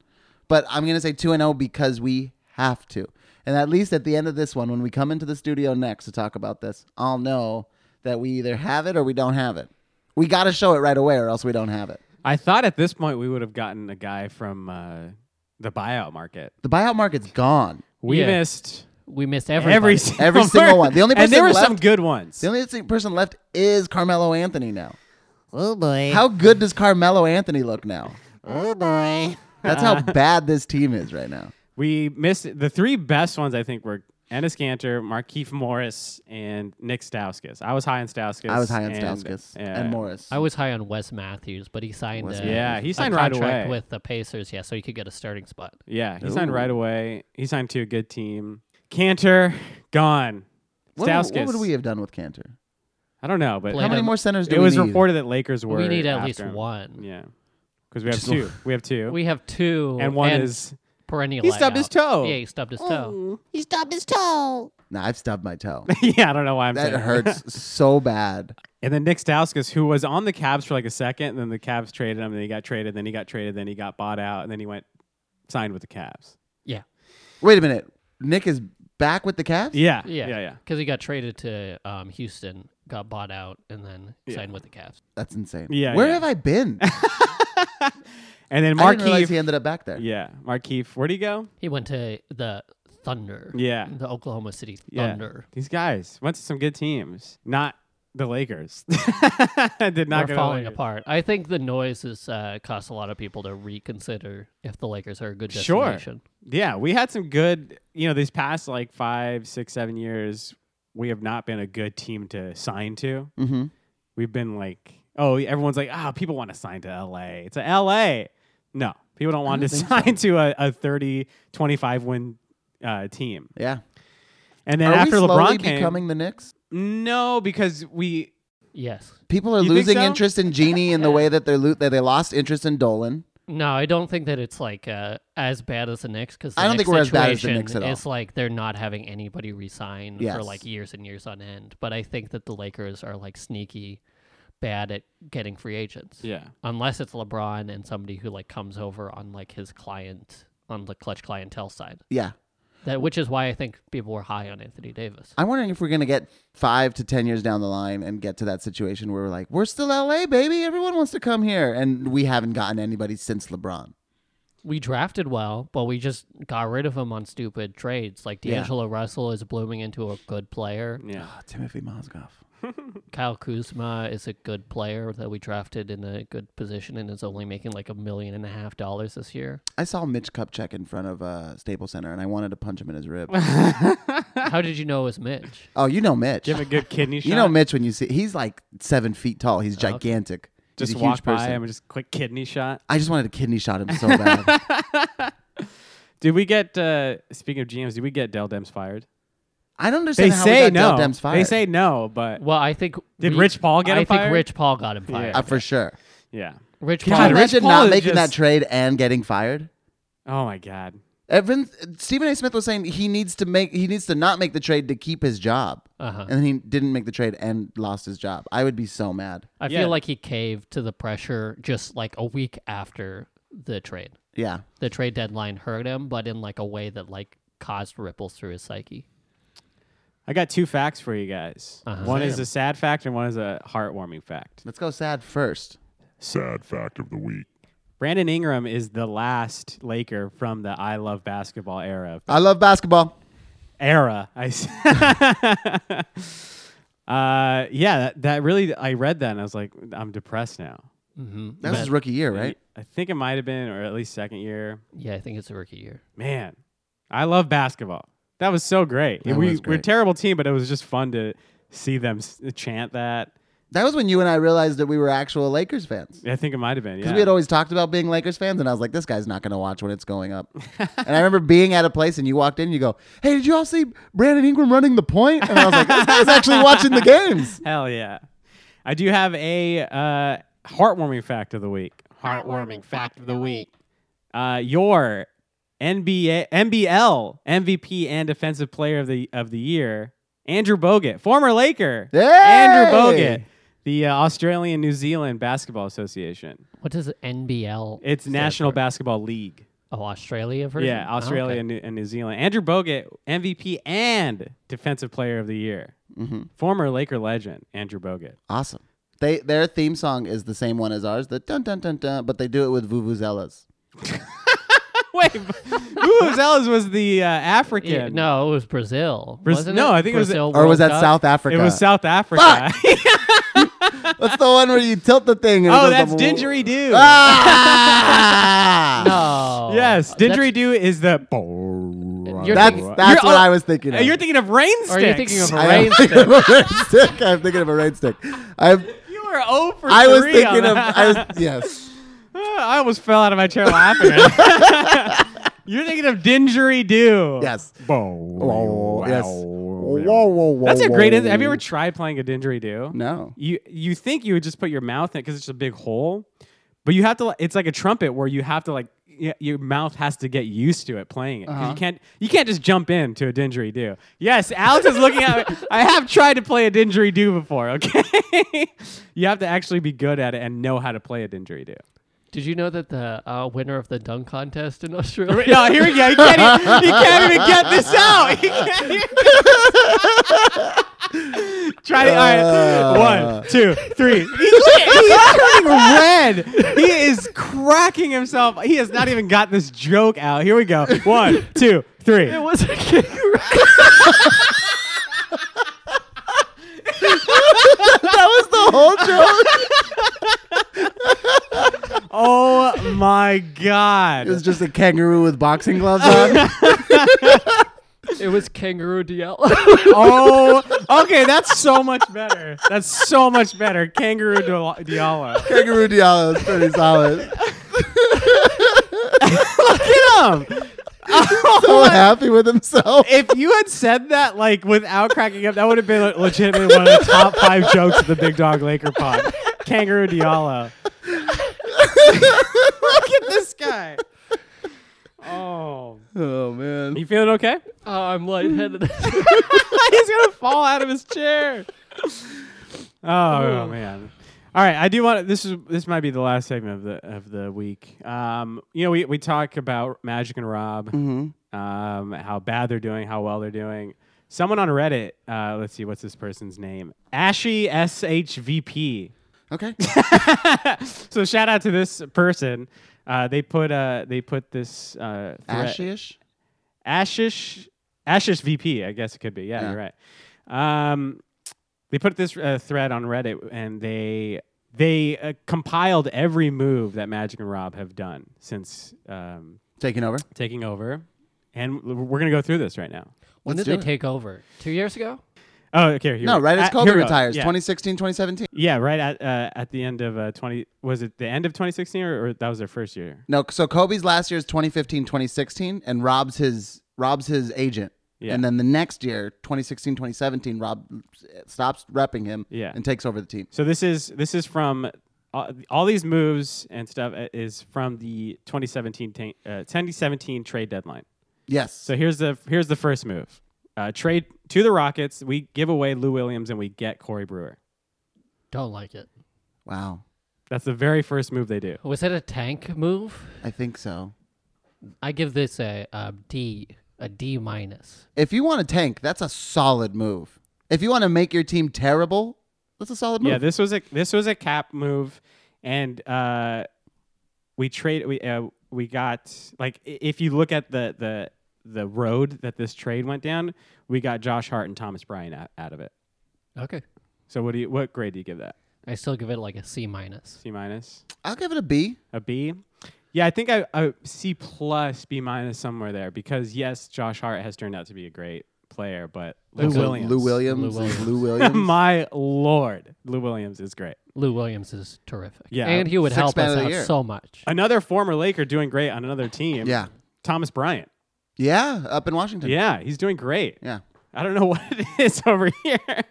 C: But I'm going to say 2 and 0 because we have to. And at least at the end of this one, when we come into the studio next to talk about this, I'll know that we either have it or we don't have it. We got to show it right away or else we don't have it.
B: I thought at this point we would have gotten a guy from uh, the buyout market.
C: The buyout market's gone.
B: We
D: Yeah.
B: missed
D: we missed everybody.
B: Every single
C: Every single one. The only
B: and there were
C: person
B: some
C: left-
B: good ones.
C: The only thing- person left is Carmelo Anthony now.
D: oh boy.
C: How good does Carmelo Anthony look now?
D: oh boy.
C: That's how bad this team is right now.
B: We missed the three best ones. I think were Ennis Cantor, Markeith Morris, and Nick Stauskas. I was high on Stauskas.
C: I was high on
B: and-
C: Stauskas and Morris.
D: I was high on Wes Matthews, but he signed.
C: Wes
D: a-
C: Matthews.
B: Yeah, he
D: a
B: signed right
D: contract
B: away.
D: with the Pacers. Yeah, so he could get a starting spot.
B: Yeah, he signed
C: Ooh.
B: right away. He signed to a good team. Cantor gone.
C: what, what
B: Stauskas.
C: would we have done with Cantor?
B: I don't know, but
D: Play
C: How many
D: him.
C: more centers do
B: it
C: we
B: was
C: need?
B: reported that Lakers were.
D: we need at
B: after
D: least
B: him.
D: one.
B: Yeah, because we have
C: Just
B: two. We have two.
D: We have two,
B: and one is
D: perennial.
B: he stubbed his
D: out.
B: toe. Oh.
D: Yeah, he stubbed his toe.
E: He stubbed his toe.
C: Nah, I've stubbed my toe.
B: yeah, I don't know why I'm
C: That
B: saying
C: hurts so bad.
B: And then Nick Stauskas, who was on the Cavs for like a second, and then the Cavs traded him, and then he got traded, then he got traded, then he got bought out, and then he went signed with the Cavs.
D: Yeah,
C: Wait a minute. Nick is back with the Cavs?
B: Yeah,
D: yeah,
B: yeah, yeah.
D: Because he got traded to um, Houston, got bought out, and then
B: Yeah.
D: signed with the Cavs.
C: That's insane.
B: Yeah,
C: Where
B: yeah.
C: have I been? I
B: And then
C: didn't realize he
B: Markeith,
C: ended up back there.
B: yeah, Markeith, where'd he go?
D: He went to the Thunder.
B: Yeah.
D: the Oklahoma City
B: Yeah.
D: Thunder.
B: These guys went to some good teams, not the Lakers. Did not go to
D: They're
B: the
D: falling
B: Lakers.
D: apart. I think the noise has uh, cost a lot of people to reconsider if the Lakers are a good
B: Sure.
D: destination.
B: Yeah, we had some good, you know, these past like five, six, seven years, we have not been a good team to sign to.
C: Mm-hmm.
B: We've been like, oh, everyone's like, ah, people want to sign to LA. It's a LA. No, people don't want
C: don't
B: to
C: think
B: sign to a, a 30, 25 win uh, team.
C: Yeah.
B: And then
C: Are
B: after
C: we slowly
B: LeBron came,
C: becoming the Knicks?
B: no, because we,
D: Yes.
C: People are
B: You think
C: losing
B: so?
C: interest in Genie in the way that they're lo- that they lost interest in Dolan.
D: No, I don't think that it's like uh, as bad as the Knicks because
C: I don't think we're as bad as the Knicks at all.
D: It's like they're not having anybody resign for
C: Yes.
D: like years and years on end. But I think that the Lakers are like sneaky bad at getting free agents.
B: yeah,
D: Unless it's LeBron and somebody who like comes over on like his client on the clutch clientele side.
C: Yeah.
D: That which is why I think people were high on Anthony Davis.
C: I'm wondering if we're gonna get five to ten years down the line and get to that situation where we're like, we're still LA, baby. Everyone wants to come here, and we haven't gotten anybody since LeBron.
D: we drafted well, but we just got rid of him on stupid trades. Like
C: Yeah.
D: D'Angelo Russell is blooming into a good player.
B: yeah.
C: Timothy Mozgov.
D: Kyle Kuzma is a good player that we drafted in a good position and is only making like a million and a half dollars this year.
C: I saw Mitch Kupchak in front of uh, Staples Center, and I wanted to punch him in his rib.
D: How did you know it was Mitch?
C: oh, you know Mitch.
B: Give him a good kidney shot.
C: You know Mitch when you see he's like seven feet tall. He's gigantic. He's
B: just
C: a
B: walk
C: huge
B: by
C: person.
B: him and just quick kidney shot.
C: I just wanted to kidney shot him so bad.
B: Did we get, uh, speaking of GMs, did we get Dell Demps fired?
C: I don't
B: They
C: understand how
B: say
C: we got
B: no.
C: Del Demps fired.
B: They say no, but
D: Well, I think
B: Did Rich Paul get
D: I
B: him fired?
D: think Rich Paul got him fired.
C: Uh, for sure.
B: yeah. God,
D: Rich
C: Can
D: Paul.
C: you
B: Rich
C: imagine
B: Paul
C: not
B: is
C: making that
B: just-
C: trade and getting fired?
B: Oh my God.
C: Evan Stephen A. Smith was saying he needs to make he needs to not make the trade to keep his job,
D: Uh-huh.
C: and then he didn't make the trade and lost his job. I would be so mad.
D: I
B: Yeah.
D: feel like he caved to the pressure just like a week after the trade.
C: Yeah,
D: The trade deadline hurt him, but in like a way that like caused ripples through his psyche.
B: I got two facts for you guys.
D: Uh-huh.
B: One is a sad fact and one is a heartwarming fact.
C: let's go sad first.
A: Sad fact of the week.
B: Brandon Ingram is the last Laker from the I love basketball era.
C: I love basketball.
B: Era, I. s- uh, yeah, that, that really. I read that and I was like, I'm depressed now.
D: hmm
C: That was his rookie year, right?
B: I think it might have been, or at least second year.
D: Yeah, I think it's a rookie year.
B: Man, I love basketball. That was so great.
C: That
B: we
C: was
B: we're a
C: great.
B: terrible team, but it was just fun to see them s- chant that.
C: That was when you and I realized that we were actual Lakers fans.
B: I think it might have been.
C: Because
B: Yeah.
C: we had always talked about being Lakers fans, and I was like, this guy's not going to watch when it's going up. and I remember being at a place, and you walked in, and you go, hey, did you all see Brandon Ingram running the point? And I was like, this guy's actually watching the games.
B: Hell yeah. I do have a uh, heartwarming fact of the week. Heartwarming fact of the week. Uh, your NBA, NBL MVP and Defensive Player of the of the Year, Andrew Bogut, former Laker.
C: Hey!
B: Andrew Bogut, the uh, Australian New Zealand Basketball Association.
D: What does NBL?
B: It's
D: stand
B: National
D: for?
B: Basketball League.
D: Oh, Australia version.
B: Yeah, Australia
D: Oh, okay.
B: and, New, and New Zealand. Andrew Bogut, MVP and Defensive Player of the Year. Former Laker legend, Andrew Bogut.
C: Mm-hmm. Awesome. They Their theme song is the same one as ours, the dun dun dun dun, but they do it with vuvuzelas.
B: Wait, Hugo Gonzalez was the uh, African.
D: Yeah, no, it was Brazil.
B: Braz-
D: wasn't
B: no,
D: it?
B: I think it was-
D: Brazil
C: or was
D: World
C: that
D: Cup?
C: South Africa?
B: it was South Africa.
C: That's the one where you tilt the thing. And it
B: oh,
C: goes
B: that's
C: up-
B: didgeridoo.
C: Ah!
D: No.
B: Yes,
D: That's-
B: didgeridoo is the.
D: You're
C: That's
D: thinking-
C: that's
B: You're-
C: what
B: oh,
C: I was thinking. Of.
B: You're thinking of rain sticks.
D: Or are you thinking of a
C: I am
D: rain
C: thinking of a rain stick. I'm thinking of a rain stick. I'm.
B: You were 0 for
C: I was
B: three on
C: thinking of.
B: that.
C: I was yes.
B: I almost fell out of my chair laughing. You're thinking of didgeridoo.
C: Yes.
A: Bow.
C: Oh, yes. Whoa, whoa, whoa,
B: That's a
C: whoa.
B: great. Have you ever tried playing a didgeridoo?
C: No.
B: You you think you would just put your mouth in it because it's a big hole, but you have to. like, It's like a trumpet where you have to like y- your mouth has to get used to it playing it 'cause you can't you can't just jump into a didgeridoo. Yes, Alex is looking at me. I have tried to play a didgeridoo before. Okay, you have to actually be good at it and know how to play a didgeridoo.
D: Did you know that the uh, winner of the dunk contest in Australia?
B: No, here we go. He can't, even, he can't even get this out. He can't even get this out. Try to, all right. One, two, three. He's, look at- he's turning red. He is cracking himself. He has not even got this joke out. Here we go. One, two, three.
D: It was a kangaroo.
C: That was the whole joke.
B: Oh my
C: it was
B: God.
C: just a kangaroo with boxing gloves on.
D: It was kangaroo DL.
B: Oh, okay. That's so much better. That's so much better. Kangaroo Dia- Diallo.
C: kangaroo Diallo is pretty solid.
B: Get him. Oh
C: So happy with himself.
B: if you had said that like without cracking up, that would have been like, legitimately one of the top five jokes of the Big Dog Laker pod. Kangaroo Diallo. Look at this guy. Oh,
C: Oh man.
B: you feeling okay?
D: oh, I'm lightheaded.
B: He's gonna fall out of his chair. Oh, oh, man. All right, I do want this is this might be the last segment of the of the week. Um, you know, we we talk about Magic and Rob, um, how bad they're doing, how well they're doing. Someone on Reddit, uh, let's see, what's this person's name? Ashy S H V P
C: Okay.
B: so shout out to this person. Uh, they put uh, they put this uh, threat-
C: Ashy-ish.
B: Ashish Ashish VP, I guess it could be. Yeah,
C: Yeah.
B: you're right. Um, they put this uh, thread on Reddit and they they uh, compiled every move that Magic and Rob have done since um,
C: Taking over.
B: taking over, and w- we're gonna go through this right now.
D: when
C: Let's
D: did
C: do
D: they
C: it.
D: take over? Two years ago?
B: Oh, okay. Here
C: No,
B: we-
C: right. It's
B: uh,
C: called
B: here
C: the
B: we go.
C: retires.
B: Yeah.
C: 2016, 2017.
B: Yeah, right at uh, at the end of uh, twenty was it the end of twenty sixteen or, or that was their first year?
C: No, so Kobe's last year is 2015, 2016, and Rob's his Rob's his agent.
B: Yeah.
C: And then the next year, 2016, 2017, Rob stops repping him
B: Yeah.
C: and takes over the team.
B: So this is this is from uh, all these moves and stuff uh, is from the 2017 ta- uh, 2017 trade deadline.
C: Yes.
B: So here's the here's the first move. Uh, trade to the Rockets. We give away Lou Williams and we get Corey Brewer.
D: Don't like it.
C: wow.
B: That's the very first move they do.
D: Was it a tank move?
C: I think so.
D: I give this a, a D, a D minus.
C: If you want to tank, that's a solid move. If you want to make your team terrible, that's a solid move.
B: Yeah, this was a this was a cap move, and uh, we trade we uh, we got like i- if you look at the the the road that this trade went down, we got Josh Hart and Thomas Bryan out, out of it.
D: Okay.
B: So what do you what grade do you give that?
D: I still give it like a C minus.
B: C minus,
C: I'll give it a B.
B: a B. Yeah, I think I, a C plus, B minus somewhere there because yes, Josh Hart has turned out to be a great player, but Lou
D: Also,
B: Williams,
C: Lou Williams.
D: Lou
C: Lou Williams.
D: Williams.
B: my lord, Lou Williams is great.
D: Lou Williams is terrific.
B: Yeah.
D: And he would
C: Sixth
D: help
C: man
D: us
C: of the
D: out
C: year.
D: so much.
B: Another former Laker doing great on another team.
C: Yeah.
B: Thomas Bryant.
C: Yeah, up in Washington.
B: Yeah, he's doing great.
C: Yeah.
B: I don't know what it is over here. Ah.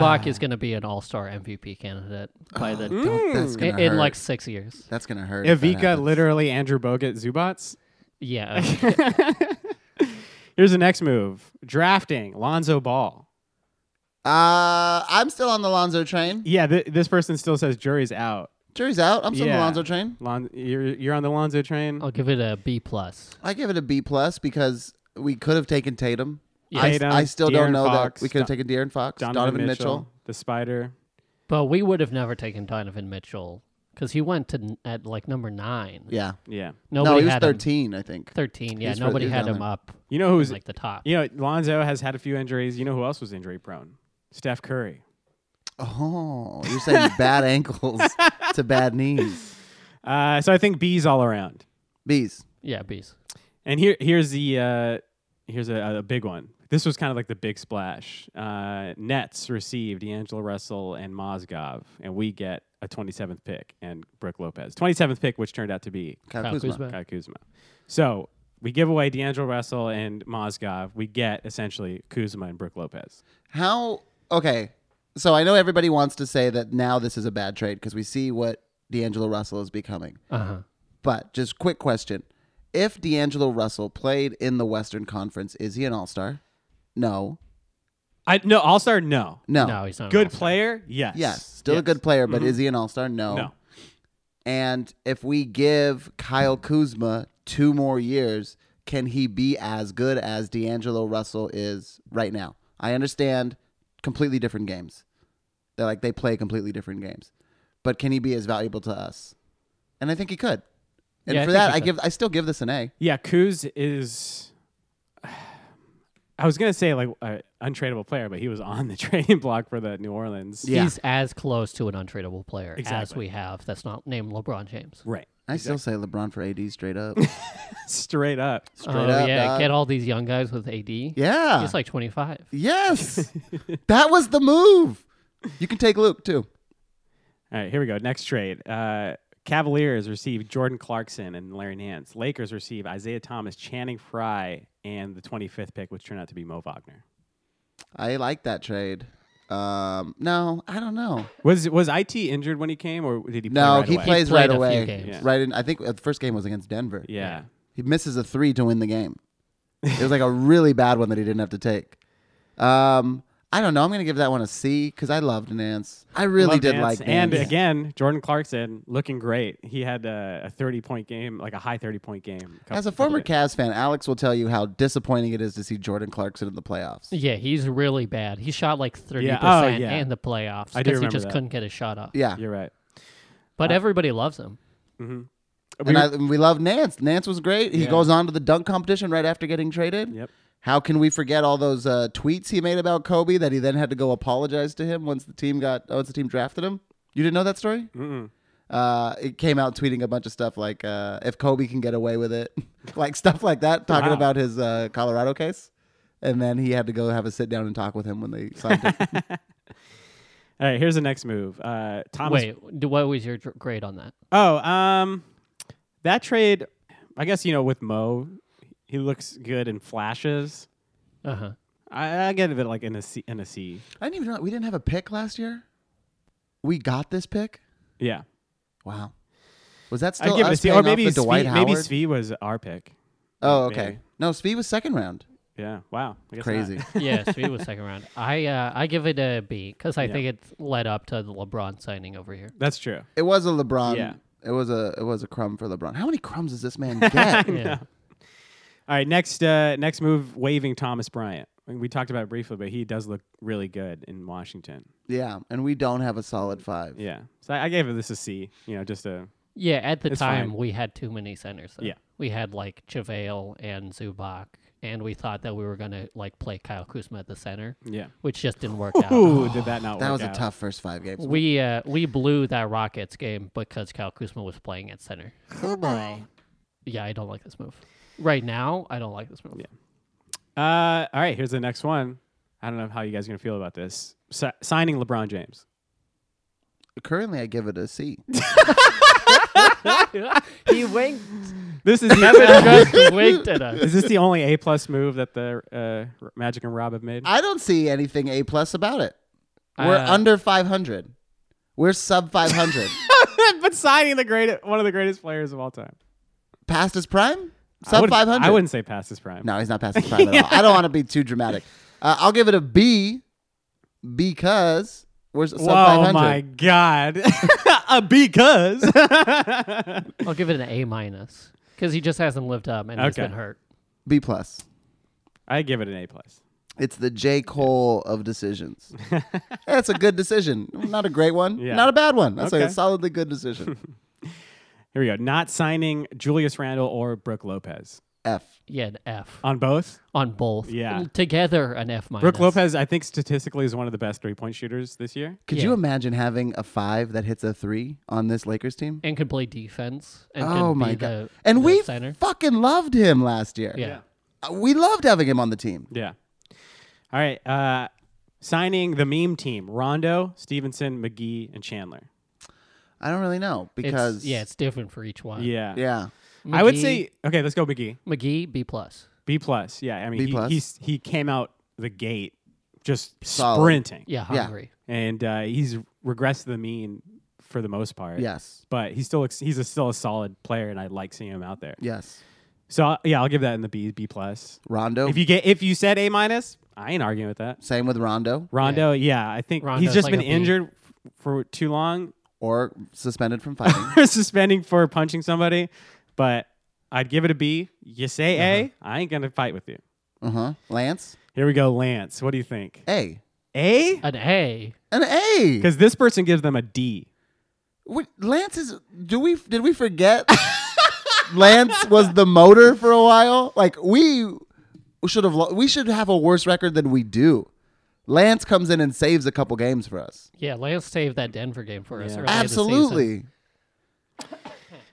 D: Zubac is going to be an all star MVP candidate by the
C: Don't- Oh, that's
B: Hmm.
C: gonna
D: in, in
C: hurt.
D: like six years.
C: that's gonna hurt. if that
B: Ivica,
C: happens.
B: literally Andrew Bogut, Zubats.
D: Yeah.
B: Here's the next move: drafting Lonzo Ball.
C: Uh, I'm still on the Lonzo train.
B: Yeah, th- this person still says jury's out.
C: Jury's out. I'm still on
B: Yeah.
C: the Lonzo train.
B: Lon- you're you're on the Lonzo train.
D: I'll give it a B plus.
C: I give it a B plus because we could have taken Tatum.
D: Yeah.
C: I,
B: Tatum,
C: I still
B: De'Aaron
C: don't know
B: Fox,
C: that we could have
B: Don-
C: taken De'Aaron Fox, Donovan, Mitchell.
B: the Spider.
D: But we would have never taken Donovan Mitchell because he went to n- at like number nine.
C: Yeah.
B: Yeah.
D: Nobody
C: no, he was
D: had him.
C: 13, I think.
D: Thirteen. Yeah,
C: He's fur-
D: nobody
C: he's
D: had
C: down
D: him
C: there.
D: up.
B: You know who's
D: in, like the top.
B: you know Lonzo has had a few injuries. You know who else was injury prone? Steph Curry.
C: Oh, you're saying bad ankles to bad knees.
B: Uh, so I think B's all around.
C: Bees.
D: Yeah, bees.
B: And here here's the uh, here's a, a big one. This was kind of like the big splash. Uh, Nets received D'Angelo Russell and Mozgov, and we get a 27th pick and Brooke Lopez. 27th pick, which turned out to be
C: Kyle
D: Kyle
C: Kuzma.
D: Kuzma.
B: Kyle Kuzma. So we give away D'Angelo Russell and Mozgov. We get essentially Kuzma and Brooke Lopez.
C: How okay? So I know everybody wants to say that now this is a bad trade because we see what D'Angelo Russell is becoming.
D: Uh huh.
C: But just quick question: If D'Angelo Russell played in the Western Conference, is he an All Star? No,
B: I no All Star. No.
C: no,
D: No, he's not. an
B: Good
D: all-star.
B: player. Yes.
C: Yes, still a
B: Yes.
C: good player,
D: Mm-hmm.
C: but is he an All Star? No.
B: No.
C: And if we give Kyle Kuzma two more years, can he be as good as D'Angelo Russell is right now? I understand completely different games. They're like they play completely different games. But can he be as valuable to us? And I think he could. And
D: Yeah, I
C: for
D: think
C: that
D: he
C: I
D: could.
C: give I still give this an A.
B: Yeah, Kuz is. I was gonna say like an untradeable player, but he was on the trading block for the New Orleans.
C: Yeah.
D: He's as close to an untradeable player as
B: Exactly.
D: we have. That's not named LeBron James.
B: Right.
C: I still say LeBron for AD straight up.
B: Straight up.
C: Straight
D: oh
C: up.
D: yeah,
C: dog.
D: get all these young guys with AD. Yeah,
C: yeah.
D: he's like twenty five.
C: yes. that was the move. You can take Luke too.
B: All right, here we go. Next trade. Uh, Cavaliers receive Jordan Clarkson and Larry Nance. Lakers receive Isaiah Thomas, Channing Frye, and the 25th pick, which turned out to be Mo Wagner.
C: I like that trade. Um, no, I don't know.
B: Was was it injured when he came, or did he? Play
C: No,
B: right
C: he
B: away?
C: plays
D: played
C: right
D: a few
C: away.
D: games.
B: Yeah.
C: Right in, I think uh, the first game was against Denver.
B: Yeah.
C: He misses a three to win the game. It was like a really bad one that he didn't have to take. Um, I don't know. I'm gonna give that one a C because I loved Nance. I really
B: Love
C: did
B: Nance.
C: like
B: And
C: Nance.
B: again, Jordan Clarkson looking great. He had uh, a 30 point game, like a high 30 point game. couple-
C: As a
B: couple
C: former
B: days.
C: Cavs fan, Alex will tell you how disappointing it is to see Jordan Clarkson in the playoffs.
D: Yeah, he's really bad. He shot like thirty
B: Yeah, oh,
D: percent
B: yeah.
D: in the playoffs
B: I do
D: because he
B: remember
D: just
B: that.
D: couldn't get his shot off.
C: Yeah,
B: You're right.
D: But everybody loves him.
B: We-
C: and I, we love Nance. Nance was great. He
B: Yeah.
C: goes on to the dunk competition right after getting traded.
B: Yep.
C: How can we forget all those uh, tweets he made about Kobe that he then had to go apologize to him once the team got once the team drafted him? You didn't know that story?
B: Mm-mm.
C: Uh, it came out tweeting a bunch of stuff like uh, if Kobe can get away with it, like stuff like that, talking
B: Wow.
C: about his uh, Colorado case, and then he had to go have a sit down and talk with him when they signed him.
B: All right, here's the next move. Uh, Thomas.
D: Wait, do, what was your dr- grade on that?
B: Oh, um, that trade. I guess you know with Mo, he looks good in flashes.
D: Uh
B: Uh-huh.
D: huh.
B: I, I get a bit like in a C, in a C.
C: I didn't even know we didn't have a pick last year. We got this pick.
B: Yeah,
C: Wow. Was that
B: I
C: still
B: give it a
C: us
B: C.
C: paying
B: Or
C: off
B: maybe
C: the Dwight
B: Svi, maybe
C: Howard?
B: Svi was our pick.
C: oh, okay.
B: maybe.
C: No, Svi was second round.
B: Yeah. Wow. I guess not.
C: Crazy.
D: Yeah, Sweet was second round. I uh, I give it a B because I
B: Yeah.
D: think it led up to the LeBron signing over here.
B: That's true.
C: It was a LeBron.
B: Yeah.
C: It was a it was a crumb for LeBron. How many crumbs does this man get?
D: Yeah.
B: All right, next uh, next move, waving Thomas Bryant. I mean, we talked about it briefly, but he does look really good in Washington.
C: yeah, and we don't have a solid five.
B: Yeah, so I, I gave this a C. You know, just a
D: Yeah, at the
B: It's
D: time
B: fine.
D: we had too many centers. Though.
B: Yeah.
D: we had like Javale and Zubac, and we thought that we were gonna like play Kyle Kuzma at the center,
B: yeah.
D: which just didn't work out.
B: Ooh, did that not?
C: That
B: work
C: was a
B: out?
C: tough first five games.
D: We uh, we blew that Rockets game because Kyle Kuzma was playing at center.
E: Oh boy.
D: Yeah, I don't like this move. Right now, I don't like this move.
B: Yeah. Uh, all right, here's the next one. I don't know how you guys are gonna feel about this. Si- signing LeBron James.
C: Currently, I give it a C.
D: he winked.
B: This is the,
D: Just winked at us.
B: is this the only A plus move that the uh, R- Magic and Rob have made?
C: I don't see anything A plus about it. We're
D: Uh,
C: under five hundred. We're sub five hundred.
B: but signing the great one of the greatest players of all time.
C: Past his prime.
B: I
C: Sub
B: wouldn't-
C: five hundred.
B: I wouldn't say past his prime.
C: No, he's not past his prime at all. I don't want to be too dramatic. Uh, I'll give it a B because we're sub five
B: Whoa,
C: hundred.
B: my God. Uh, because.
D: I'll give it an A minus because he just hasn't lived up and he's
B: Okay.
D: been hurt.
C: B plus.
B: I give it an A. plus.
C: It's the J. Cole of decisions. That's a good decision. Not a great one.
B: Yeah.
C: Not a bad one. That's
B: Okay.
C: a solidly good decision.
B: Here we go. Not signing Julius Randle or Brooke Lopez
C: F.
D: Yeah, an F
B: on both.
D: on both.
B: Yeah.
D: Together, an F minus.
B: Brooke Lopez, I think statistically, is one of the best three point shooters this year.
C: Could you imagine having a five that hits a three on this Lakers team?
D: And can play defense. And
C: Oh
D: can
C: my
D: be
C: god!
D: The,
C: And
D: the
C: we
D: center.
C: fucking loved him last year.
D: Yeah.
C: Uh, we loved having him on the team.
B: Yeah. All right. Uh, signing the meme team Rondo, Stevenson, McGee, and Chandler.
C: I don't really know
D: It's-
C: because
D: yeah, it's different for each one.
B: Yeah.
C: yeah.
B: I would
D: McGee-
B: say, okay, let's go McGee.
D: McGee B plus.
B: B plus. Yeah. I mean,
C: B
B: he,
C: plus.
B: he's, he came out the gate just
C: Solid.
B: sprinting.
D: Yeah,
C: Yeah.
D: hungry.
B: And uh, he's regressed to the mean for the most part.
C: Yes.
B: But he's still ex- he's a, still a solid player, and I like seeing him out there.
C: Yes.
B: So I'll- yeah, I'll give that in the B B plus.
C: Rondo.
D: Oh.
B: If you get if you said A minus, I ain't arguing with that.
C: same with Rondo
B: Rondo, yeah, I think he's
D: Rondo's
B: just
D: like
B: been
D: a B.
B: injured f- for too long,
C: or suspended from fighting.
B: suspending for punching somebody. But I'd give it a B. You say
D: Uh-huh.
B: A, I ain't gonna fight with you.
C: uh huh. Lance.
B: Here we go, Lance. What do you think?
C: A.
B: A?
D: An A.
C: An A.
B: Because this person gives them a D.
C: Wait, Lance is. Do we? Did we forget? Lance was the motor for a while. Like we should have. lo- We should have a worse record than we do. Lance comes in and saves a couple games for us.
D: Yeah, Lance saved that Denver game for us.
B: Yeah.
D: early in the Oh, season.
C: Absolutely.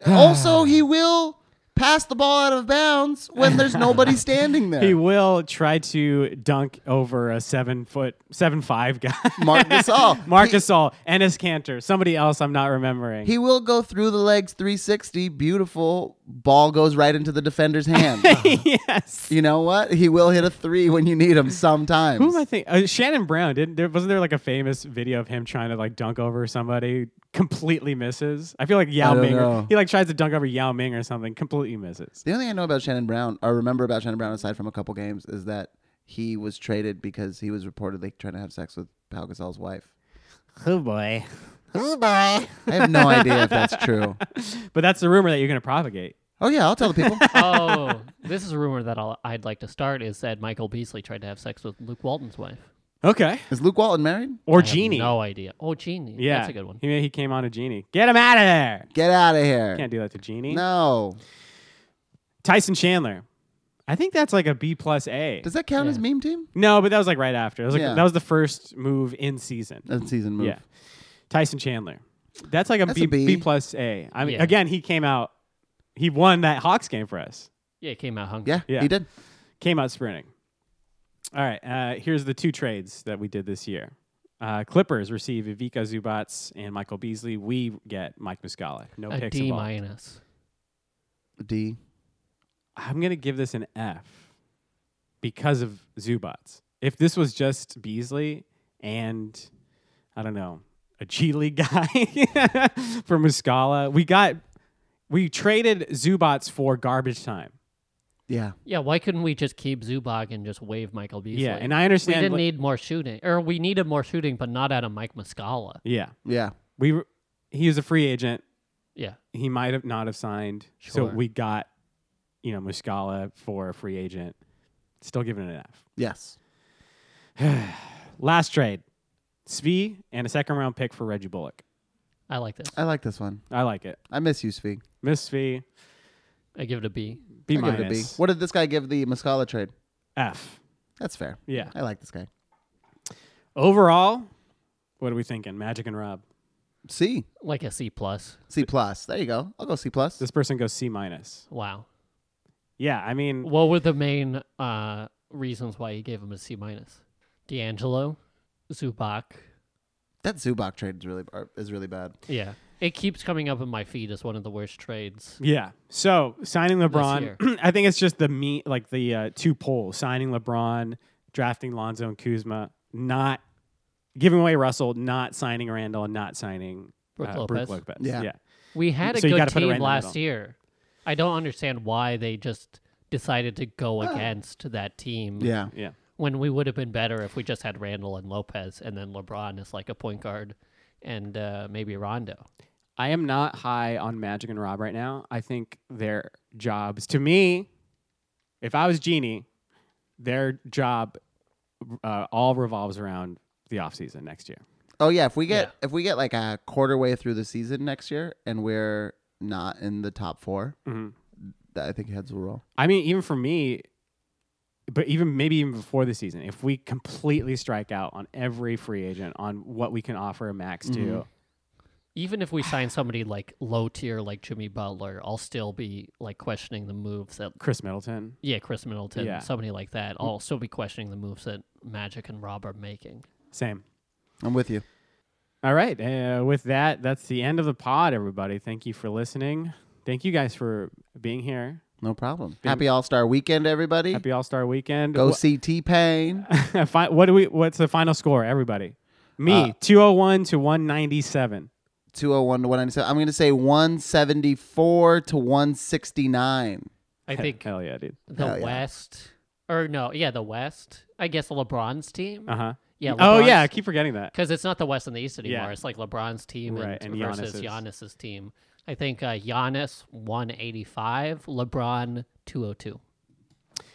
C: also, he will pass the ball out of bounds when there's nobody standing
B: He
C: there.
B: will try to dunk over a seven foot, seven five guy.
C: Mark Gasol.
B: Marcus All, Ennis Cantor, somebody else I'm not remembering.
C: He will go through the legs 360. Beautiful. Ball goes right into the defender's hand.
B: yes.
C: you know what? He will hit a three when you need him sometimes.
B: Who am I thinking? Uh, Shannon Brown didn't there? Wasn't there like a famous video of him trying to like dunk over somebody? Completely misses. I feel like Yao
C: I don't
B: Ming. or-
C: know.
B: he like tries to dunk over Yao Ming or something. Completely misses.
C: the only thing I know about Shannon Brown, or remember about Shannon Brown, aside from a couple games, is that he was traded because he was reportedly trying to have sex with Pau Gasol's wife.
B: Oh boy.
C: I have no idea if that's true.
B: But that's the rumor that you're going to propagate.
C: Oh yeah, I'll tell the people.
D: oh, this is a rumor that I'll, I'd like to start is that Michael Beasley tried to have sex with Luke Walton's wife.
B: Okay.
C: Is Luke Walton married?
B: Or
D: I have
B: Genie.
D: No idea. Oh, Genie.
B: Yeah.
D: That's a good one.
B: He, he came on a Genie. Get him out of there.
C: Get out of here.
B: Can't do that to Genie.
C: No.
B: Tyson Chandler. I think that's like a B plus A.
C: Does that count as meme team?
B: no, but that was like right after. It was like
C: Yeah.
B: that was the first move in season.
C: That's a season move.
B: Yeah. Tyson Chandler. That's like a
C: That's
B: B
C: a B.
B: B plus A. I mean,
D: Yeah.
B: again, he came out. He won that Hawks game for us.
D: Yeah, it came out hungry.
C: Yeah,
B: Yeah.
C: he did.
B: Came out sprinting. All right. Uh, here's the two trades that we did this year. Uh, Clippers receive Ivica Zubats and Michael Beasley. We get Mike Muscala. No
D: A
B: picks
D: D
B: involved.
D: minus.
C: D.
B: I'm gonna give this an F because of Zubats. If this was just Beasley and I don't know a G League guy from Muscala, we got we traded Zubats for garbage time.
C: Yeah.
D: Yeah, why couldn't we just keep Zubak and just waive Michael Beasley?
B: Yeah, and I
D: we
B: understand.
D: didn't
B: what-
D: need more shooting, or we needed more shooting, but not out of Mike Muscala.
B: yeah,
C: Yeah.
B: we were- he was a free agent.
D: Yeah,
B: He might have not have signed, so
D: Sure.
B: we got you know Muscala for a free agent. Still giving it an F.
C: Yes.
B: Last trade, Svi and a second round pick for Reggie Bullock.
D: I like this.
C: I like this one.
B: I like it.
C: I miss you, Svee.
B: Miss V,
D: I give it a B.
B: B
C: I'll give it a B.
B: minus.
C: What did this guy give the Muscala trade?
B: F.
C: That's fair.
B: Yeah.
C: I like this guy.
B: Overall, what are we thinking? Magic and Rob.
C: C.
D: Like a C plus.
C: C plus. There you go. I'll go C plus.
B: This person goes C minus.
D: Wow.
B: Yeah, I mean,
D: What were the main uh, reasons why you gave him a C minus? D'Angelo, Zubac.
C: That Zubac trade is really or is really bad.
D: Yeah, it keeps coming up in my feed as one of the worst trades.
B: yeah. So signing
D: year.
B: LeBron, I think it's just the me like the uh, two poles: signing LeBron, drafting Lonzo and Kuzma, not giving away Russell, not signing Randall, not signing
D: Brooke
B: uh,
D: Lopez.
B: Brooke Lopez.
C: Yeah.
B: yeah.
D: We had a
B: So you
D: good
B: gotta put it right
D: team
B: in the
D: last
B: middle.
D: year. I don't understand why they just decided to go against that team.
C: Yeah.
B: Yeah.
D: When we would have been better if we just had Randall and Lopez and then LeBron is like a point guard and uh, maybe Rondo.
B: I am not high on Magic and Rob right now. I think their jobs, to me, if I was Genie, their job uh, all revolves around the offseason next year.
C: Oh yeah, if we get if we get like a quarter way through the season next year and we're not in the top 4 th- I think heads will roll.
B: I mean, even for me, but even maybe even before the season, if we completely strike out on every free agent on what we can offer Max to,
D: Even if we sign somebody like low tier, like Jimmy Butler, I'll still be like questioning the moves that
B: Chris Middleton.
D: yeah, Chris Middleton,
B: Yeah. Mm.
D: somebody like that. I'll still be questioning the moves that Magic and Rob are making.
B: Same.
C: I'm with you.
B: All right. Uh, with that, that's the end of the pod, everybody. Thank you for listening. Thank you guys for being here.
C: No problem. Happy All Star Weekend, everybody.
B: Happy All Star Weekend.
C: Go see T Pain.
B: Wh- fi- what do we? What's the final score, everybody? Me,
C: Uh,
B: two hundred one to one ninety seven.
C: 201 to 197. I'm going to say 174 to 169.
D: I think
B: Hell yeah, dude.
D: the
C: hell yeah.
D: West, or no, yeah, the West. I guess LeBron's team.
B: Uh huh.
D: Yeah.
B: Oh yeah, I
D: LeBron's-
B: keep forgetting that.
D: because it's not the West and the East anymore.
B: Yeah.
D: It's like LeBron's team
B: Right,
D: and,
B: and
D: versus
B: Giannis's.
D: Giannis's team. I think uh, Giannis one eighty five, LeBron two hundred two.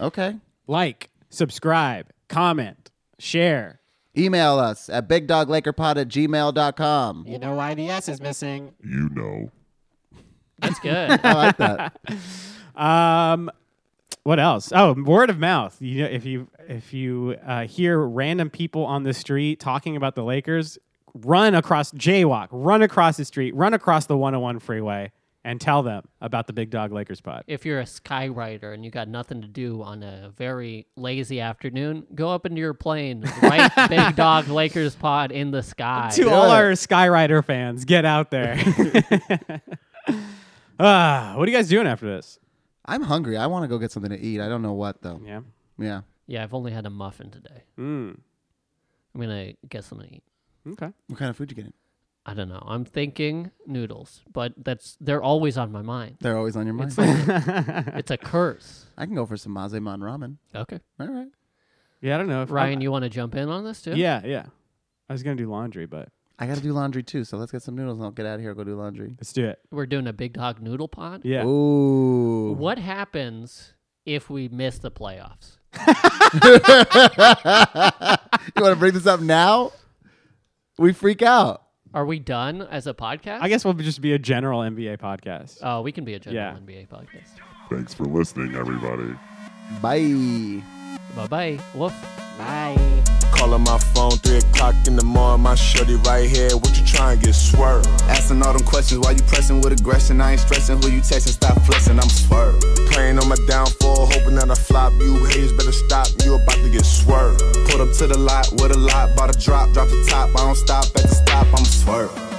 C: Okay.
B: Like, subscribe, comment, share.
C: Email us at bigdoglakerpod at gmail.com.
F: You know why the S is missing?
A: You know.
D: That's good.
C: I like that.
B: Um, what else? Oh, word of mouth. You know, if you if you uh, hear random people on the street talking about the Lakers, run across jaywalk, run across the street, run across the 101 freeway, and tell them about the Big Dog Lakers pod.
D: if you're a skywriter and you got nothing to do on a very lazy afternoon, go up into your plane, write Big Dog Lakers Pod in the sky.
B: to all our Skyrider fans, get out there. Ah, what are you guys doing after this?
C: I'm hungry. I want to go get something to eat. I don't know what, though.
B: Yeah.
C: Yeah.
D: Yeah, I've only had a muffin today.
B: Mm.
D: I'm gonna get something to eat.
B: Okay.
C: What kind of food you getting?
D: I don't know. I'm thinking noodles, but that's they're always on my mind.
C: They're always on your mind.
D: It's like it's a curse.
C: I can go for some Mazemon ramen.
D: Okay.
C: All right.
B: Yeah, I don't know if
D: Ryan, you want to jump in on this too?
B: yeah, yeah. I was gonna do laundry, but
C: I got to do laundry, too. So let's get some noodles and I'll get out of here and go do laundry.
B: let's do it.
D: We're doing a big dog noodle pod.
B: Yeah.
C: Ooh.
D: What happens if we miss the playoffs?
C: you want to bring this up now? We freak out.
D: Are we done as a podcast?
B: I guess we'll just be a general NBA podcast.
D: Oh, we can be a general
B: Yeah.
D: NBA podcast.
A: Thanks for listening, everybody.
C: Bye.
D: Bye bye. Woof.
F: Bye.
A: Calling my phone, 3 o'clock in the morning. My shorty right here. What you trying to get swerved?
G: Asking all them questions while you pressing with aggression. I ain't stressing who you texting, stop flexing, I'm swerved.
A: Playing on my downfall, hoping that I flop. You haters better stop. You about to get swerved.
G: Pulled up to the lot with a lot, bought a drop, drop the top. I don't stop at the stop, I'm swerved.